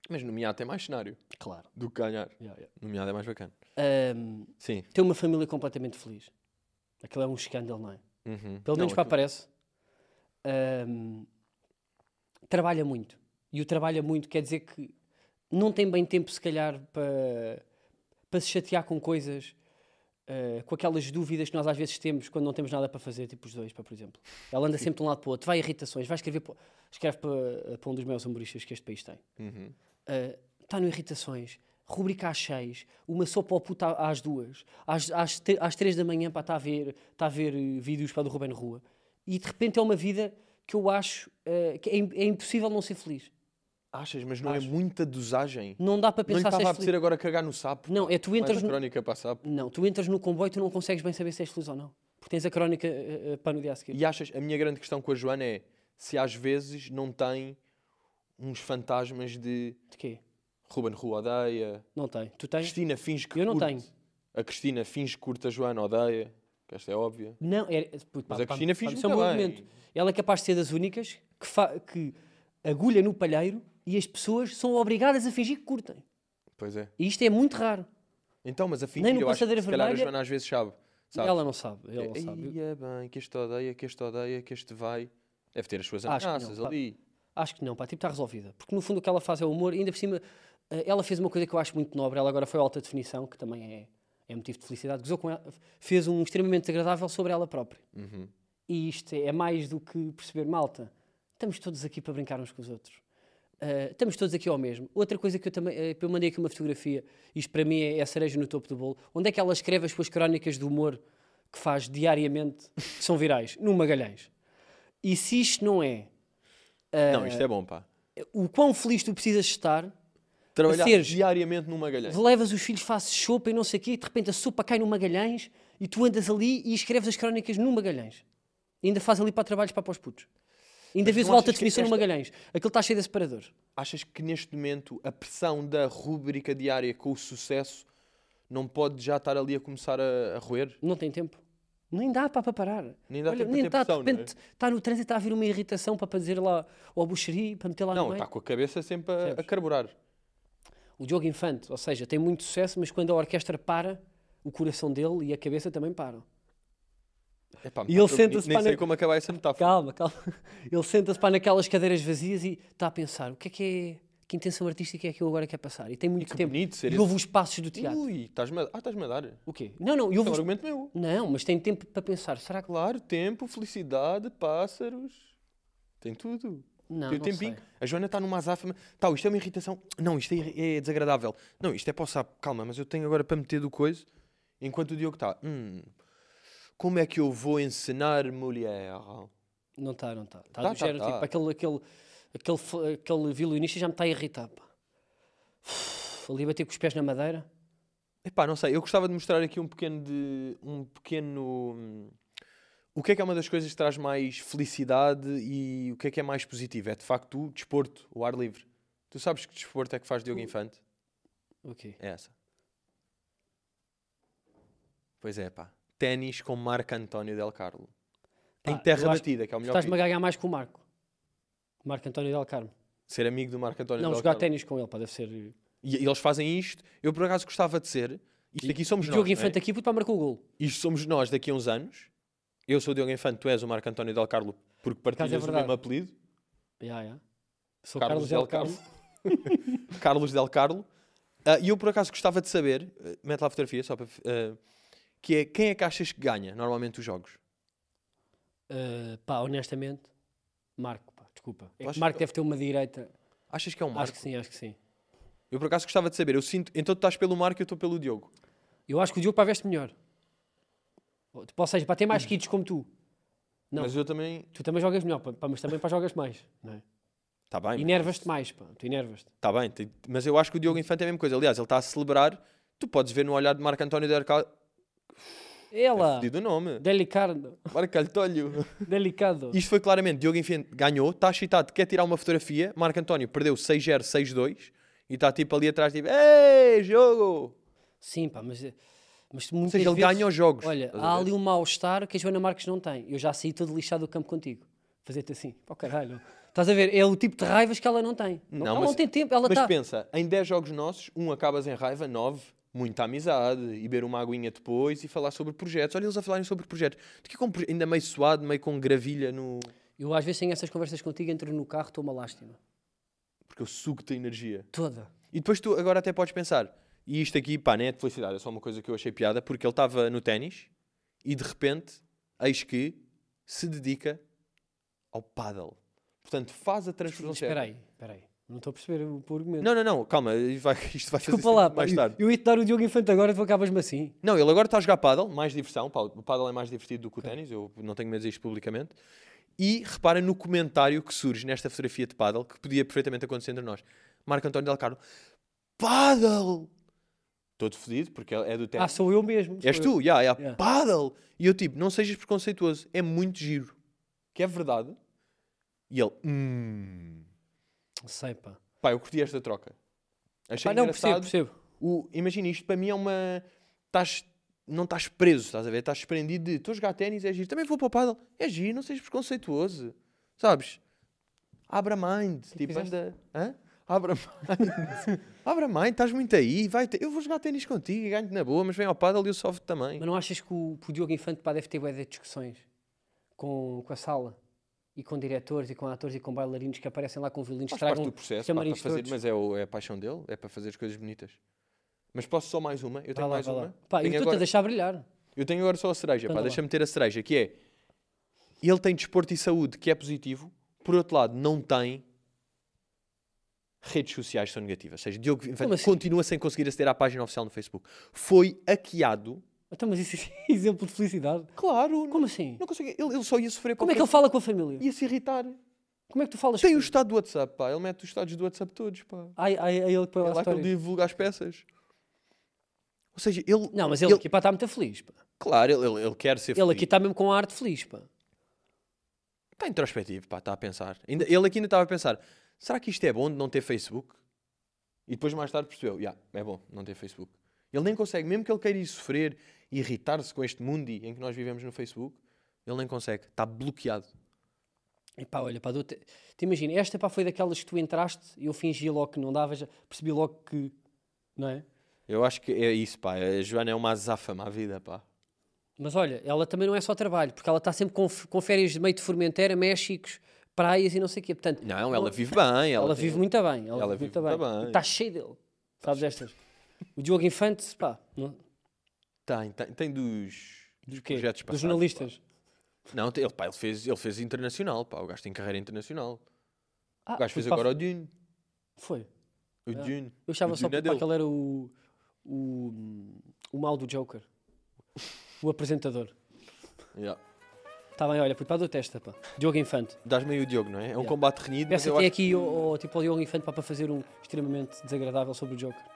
Speaker 1: Mas nomeado é mais cenário
Speaker 2: claro.
Speaker 1: do que ganhar.
Speaker 2: yeah, yeah.
Speaker 1: Nomeado é mais bacana.
Speaker 2: Ehm,
Speaker 1: Sim.
Speaker 2: tem uma família completamente feliz. Aquilo é um escândalo, não é?
Speaker 1: Uhum.
Speaker 2: Pelo menos
Speaker 1: Não, aquilo-
Speaker 2: para aparece. Ahm, trabalha muito. E o trabalha muito quer dizer que não tem bem tempo, se calhar, para, para se chatear com coisas, ah, com aquelas dúvidas que nós às vezes temos quando não temos nada para fazer, tipo os dois, pá, por exemplo. Ela anda sempre de um lado para o outro, vai a irritações, vai escrever para, escreve para, para um dos maiores humoristas que este país tem.
Speaker 1: Uhum.
Speaker 2: Está Ah, tá no Irritações, rubrica às 6, uma sopa ao puto à- às duas, às, às, tre- às 3 da manhã está a ver, tá a ver eh, vídeos para do Ruben Rua. E de repente é uma vida que eu acho eh, que é, im- é impossível não ser feliz.
Speaker 1: Achas, mas não
Speaker 2: Acho.
Speaker 1: é muita dosagem.
Speaker 2: Não dá para
Speaker 1: Não lhe
Speaker 2: pensar
Speaker 1: estava a
Speaker 2: se és feliz.
Speaker 1: apetecer agora cagar no sapo.
Speaker 2: Não, é tu entras,
Speaker 1: Mais
Speaker 2: no,
Speaker 1: crónica para sapo.
Speaker 2: não, tu entras no comboio e tu não consegues bem saber se és feliz ou não. Porque tens a crónica eh, eh, para no dia a seguir.
Speaker 1: E achas, a minha grande questão com a Joana é se às vezes não tem uns fantasmas de
Speaker 2: De quê?
Speaker 1: Ruben Rua odeia,
Speaker 2: Não tem. Tu tens?
Speaker 1: Cristina finge que
Speaker 2: Eu não
Speaker 1: curte.
Speaker 2: tenho.
Speaker 1: A Cristina finge que curte a Joana odeia, que esta é óbvia.
Speaker 2: Não, era, puto,
Speaker 1: Mas a Cristina fez
Speaker 2: isso é um
Speaker 1: muito
Speaker 2: bom
Speaker 1: bem.
Speaker 2: argumento. Ela é capaz de ser das únicas que, fa- que agulha no palheiro e as pessoas são obrigadas a fingir que curtem.
Speaker 1: Pois é.
Speaker 2: E isto é muito raro.
Speaker 1: Então, mas a fingir,
Speaker 2: Nem no
Speaker 1: eu acho que
Speaker 2: Passadeira
Speaker 1: se calhar a
Speaker 2: Vermelha-
Speaker 1: Joana às vezes sabe. sabe?
Speaker 2: Ela não sabe. Ela
Speaker 1: é,
Speaker 2: não sabe.
Speaker 1: "Ei, é bem, que este odeia, que este odeia, que este vai. Deve ter as suas
Speaker 2: Acho que não,
Speaker 1: ameaças
Speaker 2: pá.
Speaker 1: ali.
Speaker 2: Acho que não, pá, tipo, está resolvida. Porque no fundo o que ela faz é o humor, e ainda por cima, eh, ela fez uma coisa que eu acho muito nobre, ela agora foi à alta definição, que também é, é motivo de felicidade, gozou com ela, fez um extremamente desagradável sobre ela própria.
Speaker 1: Uhum.
Speaker 2: E isto é mais do que perceber, malta, estamos todos aqui para brincar uns com os outros. Eh, estamos todos aqui ao mesmo. Outra coisa que eu também, eh, eu mandei aqui uma fotografia, isto para mim é a cereja no topo do bolo, onde é que ela escreve as suas crónicas do humor que faz diariamente, que são virais, no Magalhães. E se isto não é
Speaker 1: Não, isto é bom, pá.
Speaker 2: o quão feliz tu precisas estar,
Speaker 1: Trabalhar
Speaker 2: seres-
Speaker 1: diariamente numa galhães.
Speaker 2: levas os filhos, fazes sopa e não sei o quê, e de repente a sopa cai no Magalhães e tu andas ali e escreves as crónicas no Magalhães. E ainda faz ali para trabalhos para, para os putos. Ainda
Speaker 1: Mas
Speaker 2: vês
Speaker 1: não
Speaker 2: o alta
Speaker 1: achas que
Speaker 2: definição no
Speaker 1: esta-
Speaker 2: Magalhães. Aquilo está cheio de separadores.
Speaker 1: Achas que neste momento a pressão da rúbrica diária com o sucesso não pode já estar ali a começar a, a roer?
Speaker 2: Não tem tempo. Nem dá para, para parar.
Speaker 1: Nem dá tempo para ter
Speaker 2: dá,
Speaker 1: pressão,
Speaker 2: de
Speaker 1: não é?
Speaker 2: repente está no trânsito, está a vir uma irritação para, para dizer lá ao buxeri, para meter lá no
Speaker 1: Não, tá.
Speaker 2: meio.
Speaker 1: está com a cabeça sempre a, a
Speaker 2: é. Percebes?
Speaker 1: carburar.
Speaker 2: O Diogo Infante, ou seja, tem muito sucesso, mas quando a orquestra para, o coração dele e a cabeça também param.
Speaker 1: Epá,
Speaker 2: E ele
Speaker 1: pá, tô-
Speaker 2: senta-se
Speaker 1: Nem
Speaker 2: para
Speaker 1: sei
Speaker 2: na-
Speaker 1: como acabar essa metáfora.
Speaker 2: Calma, calma. <laughs> Ele senta-se para naquelas cadeiras vazias e está a pensar o que é que é, que intenção artística é que eu agora quero passar. E tem muito
Speaker 1: que
Speaker 2: tempo.
Speaker 1: bonito ser
Speaker 2: e
Speaker 1: esse-
Speaker 2: ouve os passos do teatro.
Speaker 1: Ui, estás-me a... Ah, estás-me a dar. É
Speaker 2: O quê? Não, não, e ouve
Speaker 1: um
Speaker 2: os...
Speaker 1: argumento meu.
Speaker 2: Não, mas tem tempo para pensar. Será que...
Speaker 1: Claro, tempo, felicidade, pássaros. Tem tudo.
Speaker 2: Não,
Speaker 1: Tem o
Speaker 2: não
Speaker 1: tempinho.
Speaker 2: sei.
Speaker 1: A Joana está numa azáfama. Tal, isto é uma irritação. Não, isto é, irri- é desagradável. Não, isto é para o sapo. Calma, mas eu tenho agora para meter do coisa. Enquanto o Diogo está. Hum, como é que eu vou ensinar mulher?
Speaker 2: Não está, não está.
Speaker 1: Tá,
Speaker 2: Está do
Speaker 1: tá,
Speaker 2: género,
Speaker 1: tá.
Speaker 2: tipo, aquele, aquele, aquele, f- aquele violinista já me está a irritar, pá. Uf, Ali a bater com os pés na madeira.
Speaker 1: Epá, não sei. Eu gostava de mostrar aqui um pequeno de. Um pequeno. hum, O que é que é uma das coisas que traz mais felicidade e o que é que é mais positivo? É de facto o desporto, o ar livre. Tu sabes que desporto é que faz Diogo Infante?
Speaker 2: Ok.
Speaker 1: É essa. Pois é, pá. Ténis com Marco António Del Carlo. Em
Speaker 2: Pá,
Speaker 1: terra
Speaker 2: eu acho-
Speaker 1: batida, que é o melhor
Speaker 2: Estás-me a
Speaker 1: apelido.
Speaker 2: ganhar mais com o Marco. Marco António Del Carmo.
Speaker 1: Ser amigo do Marco António
Speaker 2: Não,
Speaker 1: Del
Speaker 2: jogar
Speaker 1: Carlo.
Speaker 2: ténis com ele, pá, deve ser... eh,
Speaker 1: E, e eles fazem isto. Eu, por acaso, gostava de ser. Isto aqui somos nós.
Speaker 2: Diogo
Speaker 1: não é?
Speaker 2: Infante aqui, puto, para marcar o golo.
Speaker 1: Isto somos nós daqui a uns anos. Eu sou o Diogo Infante, tu és o Marco António Del Carlo, porque
Speaker 2: acaso é
Speaker 1: partilhas o
Speaker 2: verdade.
Speaker 1: mesmo apelido.
Speaker 2: Ya, ya. Sou
Speaker 1: Carlos
Speaker 2: Carlos,
Speaker 1: Del
Speaker 2: Del Carmo.
Speaker 1: Carlos Del Carlo. <laughs> Ah, E eu, por acaso, gostava de saber, ah, eh, mete lá a fotografia, só para. eh, que é quem é que achas que ganha normalmente os jogos?
Speaker 2: Eh, pá, honestamente, Marco, pá, desculpa. É
Speaker 1: Pois-
Speaker 2: que Marco deve ter uma direita.
Speaker 1: Achas que é um
Speaker 2: Acho
Speaker 1: Marco?
Speaker 2: que sim, acho que sim.
Speaker 1: Eu por acaso gostava de saber. Eu sinto. Então tu estás pelo Marco e eu estou pelo Diogo.
Speaker 2: Eu acho que o Diogo pá veste melhor. Ou tipo, ou seja, pá, tem
Speaker 1: Hum.
Speaker 2: mais kits como tu. Não.
Speaker 1: Mas eu também.
Speaker 2: Tu também jogas melhor, pá, pá, mas também pá, jogas mais. Não é?
Speaker 1: Está tá bem. mas-
Speaker 2: Inervas-te mais, pá. Tu inervas-te.
Speaker 1: Tá bem, tem- mas eu acho que o Diogo Infante é a mesma coisa. Aliás, ele está a celebrar. Tu podes ver no olhar de Marco António Dercal.
Speaker 2: Ela!
Speaker 1: Pedido o nome.
Speaker 2: Delicado.
Speaker 1: Marco António. <laughs>
Speaker 2: Delicado.
Speaker 1: Isto foi claramente. Diogo Infante ganhou, está excitado, quer tirar uma fotografia. Marco António perdeu 6-0, 6-2. E está tipo ali atrás, tipo, ei, jogo!
Speaker 2: Sim, pá, mas, eh, mas
Speaker 1: Ou
Speaker 2: muitas
Speaker 1: seja, ele
Speaker 2: vezes-
Speaker 1: ganha os jogos.
Speaker 2: Olha,
Speaker 1: estás a
Speaker 2: há
Speaker 1: ver?
Speaker 2: ali um mal-estar que a Joana Marques não tem. Eu já saí todo lixado do campo contigo. Fazer-te assim, pá, caralho. Estás a ver? É o tipo de raivas que ela não tem.
Speaker 1: Não,
Speaker 2: ela
Speaker 1: mas-
Speaker 2: não tem tempo, ela tá-
Speaker 1: Mas
Speaker 2: está.
Speaker 1: pensa, em 10 jogos nossos, um acabas em raiva, 9, muita amizade, e beber uma aguinha depois e falar sobre projetos. Olha eles a falarem sobre projetos. Tu que é com proje- ainda meio suado, meio com gravilha no.
Speaker 2: Eu às vezes tenho essas conversas contigo, entro no carro, estou uma lástima.
Speaker 1: Porque eu sugo-te a energia.
Speaker 2: Toda.
Speaker 1: E depois tu agora até podes pensar, e isto aqui, pá, não é de felicidade, é só uma coisa que eu achei piada, porque ele estava no ténis e de repente, eis que se dedica ao paddle. Portanto, faz a transfusão
Speaker 2: Mas
Speaker 1: certa.
Speaker 2: espera aí, espera aí. Não estou a perceber o o argumento.
Speaker 1: Não, não, não, calma, isto vai, <laughs> isto vai fazer
Speaker 2: Desculpa lá,
Speaker 1: sentido mais
Speaker 2: pá, eu-
Speaker 1: tarde.
Speaker 2: Eu, ia-te dar o Diogo Infante agora e tu acabas-me assim.
Speaker 1: Não, ele agora está a jogar paddle, mais diversão, pá, o paddle é mais divertido do que o ténis, eu não tenho medo de dizer isto publicamente. E repara no comentário que surge nesta fotografia de paddle, que podia perfeitamente acontecer entre nós. Marco António Del Carlo, paddle! Todo fodido, porque é do ténis.
Speaker 2: Ah, sou eu mesmo.
Speaker 1: És
Speaker 2: sou eu.
Speaker 1: tu, já, yeah,
Speaker 2: Yeah.
Speaker 1: paddle. E eu tipo, não sejas preconceituoso, é muito giro. Que é verdade. E ele, hum.
Speaker 2: Não Sei, pá.
Speaker 1: Pá, eu curti esta troca. Achei
Speaker 2: Pá, não, percebo,
Speaker 1: engraçado.
Speaker 2: percebo.
Speaker 1: O, imagina, isto para mim é uma... Estás... Não estás preso, estás a ver? Estás prendido de, estou a jogar ténis, é giro. Também vou para o paddle, é giro, não sejas preconceituoso. Sabes? Abra mind, tipo,
Speaker 2: fizeste?
Speaker 1: anda... Hã? Abra mind. <laughs> Abra mind, estás muito aí. Vai ter- Eu vou jogar ténis contigo, ganho-te na boa, mas vem ao paddle e eu sofro também.
Speaker 2: Mas não achas que o, que o Diogo Infante pá, deve ter bué de discussões com, com a sala e com diretores e com atores e com bailarinos que aparecem lá com violinos que
Speaker 1: Faz parte
Speaker 2: tragam
Speaker 1: do processo, pá, para
Speaker 2: chamariz
Speaker 1: fazer,
Speaker 2: todos.
Speaker 1: mas é, o- é a paixão dele, é para fazer as coisas bonitas. Mas posso só mais uma? Eu
Speaker 2: Vai
Speaker 1: tenho
Speaker 2: lá,
Speaker 1: mais
Speaker 2: vai
Speaker 1: uma.
Speaker 2: lá. Pá, eu
Speaker 1: tenho,
Speaker 2: estou-te a
Speaker 1: agora,
Speaker 2: deixar brilhar.
Speaker 1: eu tenho agora só a cereja,
Speaker 2: Então
Speaker 1: pá,
Speaker 2: vá lá.
Speaker 1: deixa-me ter a cereja, que é ele tem desporto e saúde, que é positivo, por outro lado, não tem redes sociais que são negativas. Ou seja, Diogo Infante
Speaker 2: assim?
Speaker 1: continua sem conseguir aceder à página oficial no Facebook. Foi hackeado.
Speaker 2: Então, mas isso é <laughs> exemplo de felicidade.
Speaker 1: Claro,
Speaker 2: Como assim?
Speaker 1: não conseguia. Ele, ele só ia sofrer
Speaker 2: Como é que ele fala com a família?
Speaker 1: ia se irritar.
Speaker 2: Como é que tu falas
Speaker 1: Tem
Speaker 2: com
Speaker 1: o estado do WhatsApp, pá. Ele mete os estados do WhatsApp todos, pá.
Speaker 2: Ai, ai, ai, ele que põe
Speaker 1: É
Speaker 2: lá
Speaker 1: lá que ele
Speaker 2: histórias.
Speaker 1: divulga as peças. Ou seja, ele.
Speaker 2: Não, mas ele, aqui pá, está muito feliz. Pá.
Speaker 1: Claro, ele, ele- ele quer ser
Speaker 2: Ele
Speaker 1: feliz.
Speaker 2: aqui está mesmo com a arte feliz. Pá.
Speaker 1: Está introspectivo, pá, está a pensar. Ainda, ele aqui ainda estava a pensar: será que isto é bom de não ter Facebook? E depois mais tarde percebeu: yeah, é bom não ter Facebook. Ele nem consegue, mesmo que ele queira ir sofrer e irritar-se com este mundo em que nós vivemos no Facebook, ele nem consegue, está bloqueado.
Speaker 2: E pá, olha, pá, dou-te- te imagina, esta pá, foi daquelas que tu entraste e eu fingi logo que não dava, já percebi logo que. Não é?
Speaker 1: Eu acho que é isso, pá. A Joana é uma azáfama à vida, pá.
Speaker 2: Mas olha, ela também não é só trabalho, porque ela está sempre com, f- com férias de meio de Formentera, Méxicos, praias e não sei o quê. Portanto,
Speaker 1: Não, ela vive bem. Ela,
Speaker 2: ela
Speaker 1: tem-
Speaker 2: vive muito bem. Ela, vive muito bem.
Speaker 1: bem.
Speaker 2: E Está cheio dele. Sabes estas? O Diogo Infante, pá, não-
Speaker 1: Tem, tem, tem dos.
Speaker 2: do quê?
Speaker 1: projetos passados,
Speaker 2: Dos
Speaker 1: pá.
Speaker 2: jornalistas.
Speaker 1: Não, te- ele, pá, ele, fez, ele fez internacional, pá. O gajo tem carreira internacional.
Speaker 2: Ah,
Speaker 1: O gajo fez
Speaker 2: porque, pá,
Speaker 1: agora o Dune.
Speaker 2: Foi.
Speaker 1: O Dune.
Speaker 2: Eu achava
Speaker 1: o
Speaker 2: só
Speaker 1: Dune
Speaker 2: pá,
Speaker 1: é dele.
Speaker 2: que ele era o, o, o mal do Joker. O apresentador.
Speaker 1: Yeah.
Speaker 2: Está bem, olha, puto, pá, dou testa, pá. Diogo Infante.
Speaker 1: Dás-me aí o Diogo, não é? É um
Speaker 2: Yeah.
Speaker 1: combate renhido, mas
Speaker 2: Peça
Speaker 1: eu
Speaker 2: até
Speaker 1: acho
Speaker 2: aqui ao, ao- tipo, ao Diogo Infante pá, para fazer um extremamente desagradável sobre o Joker.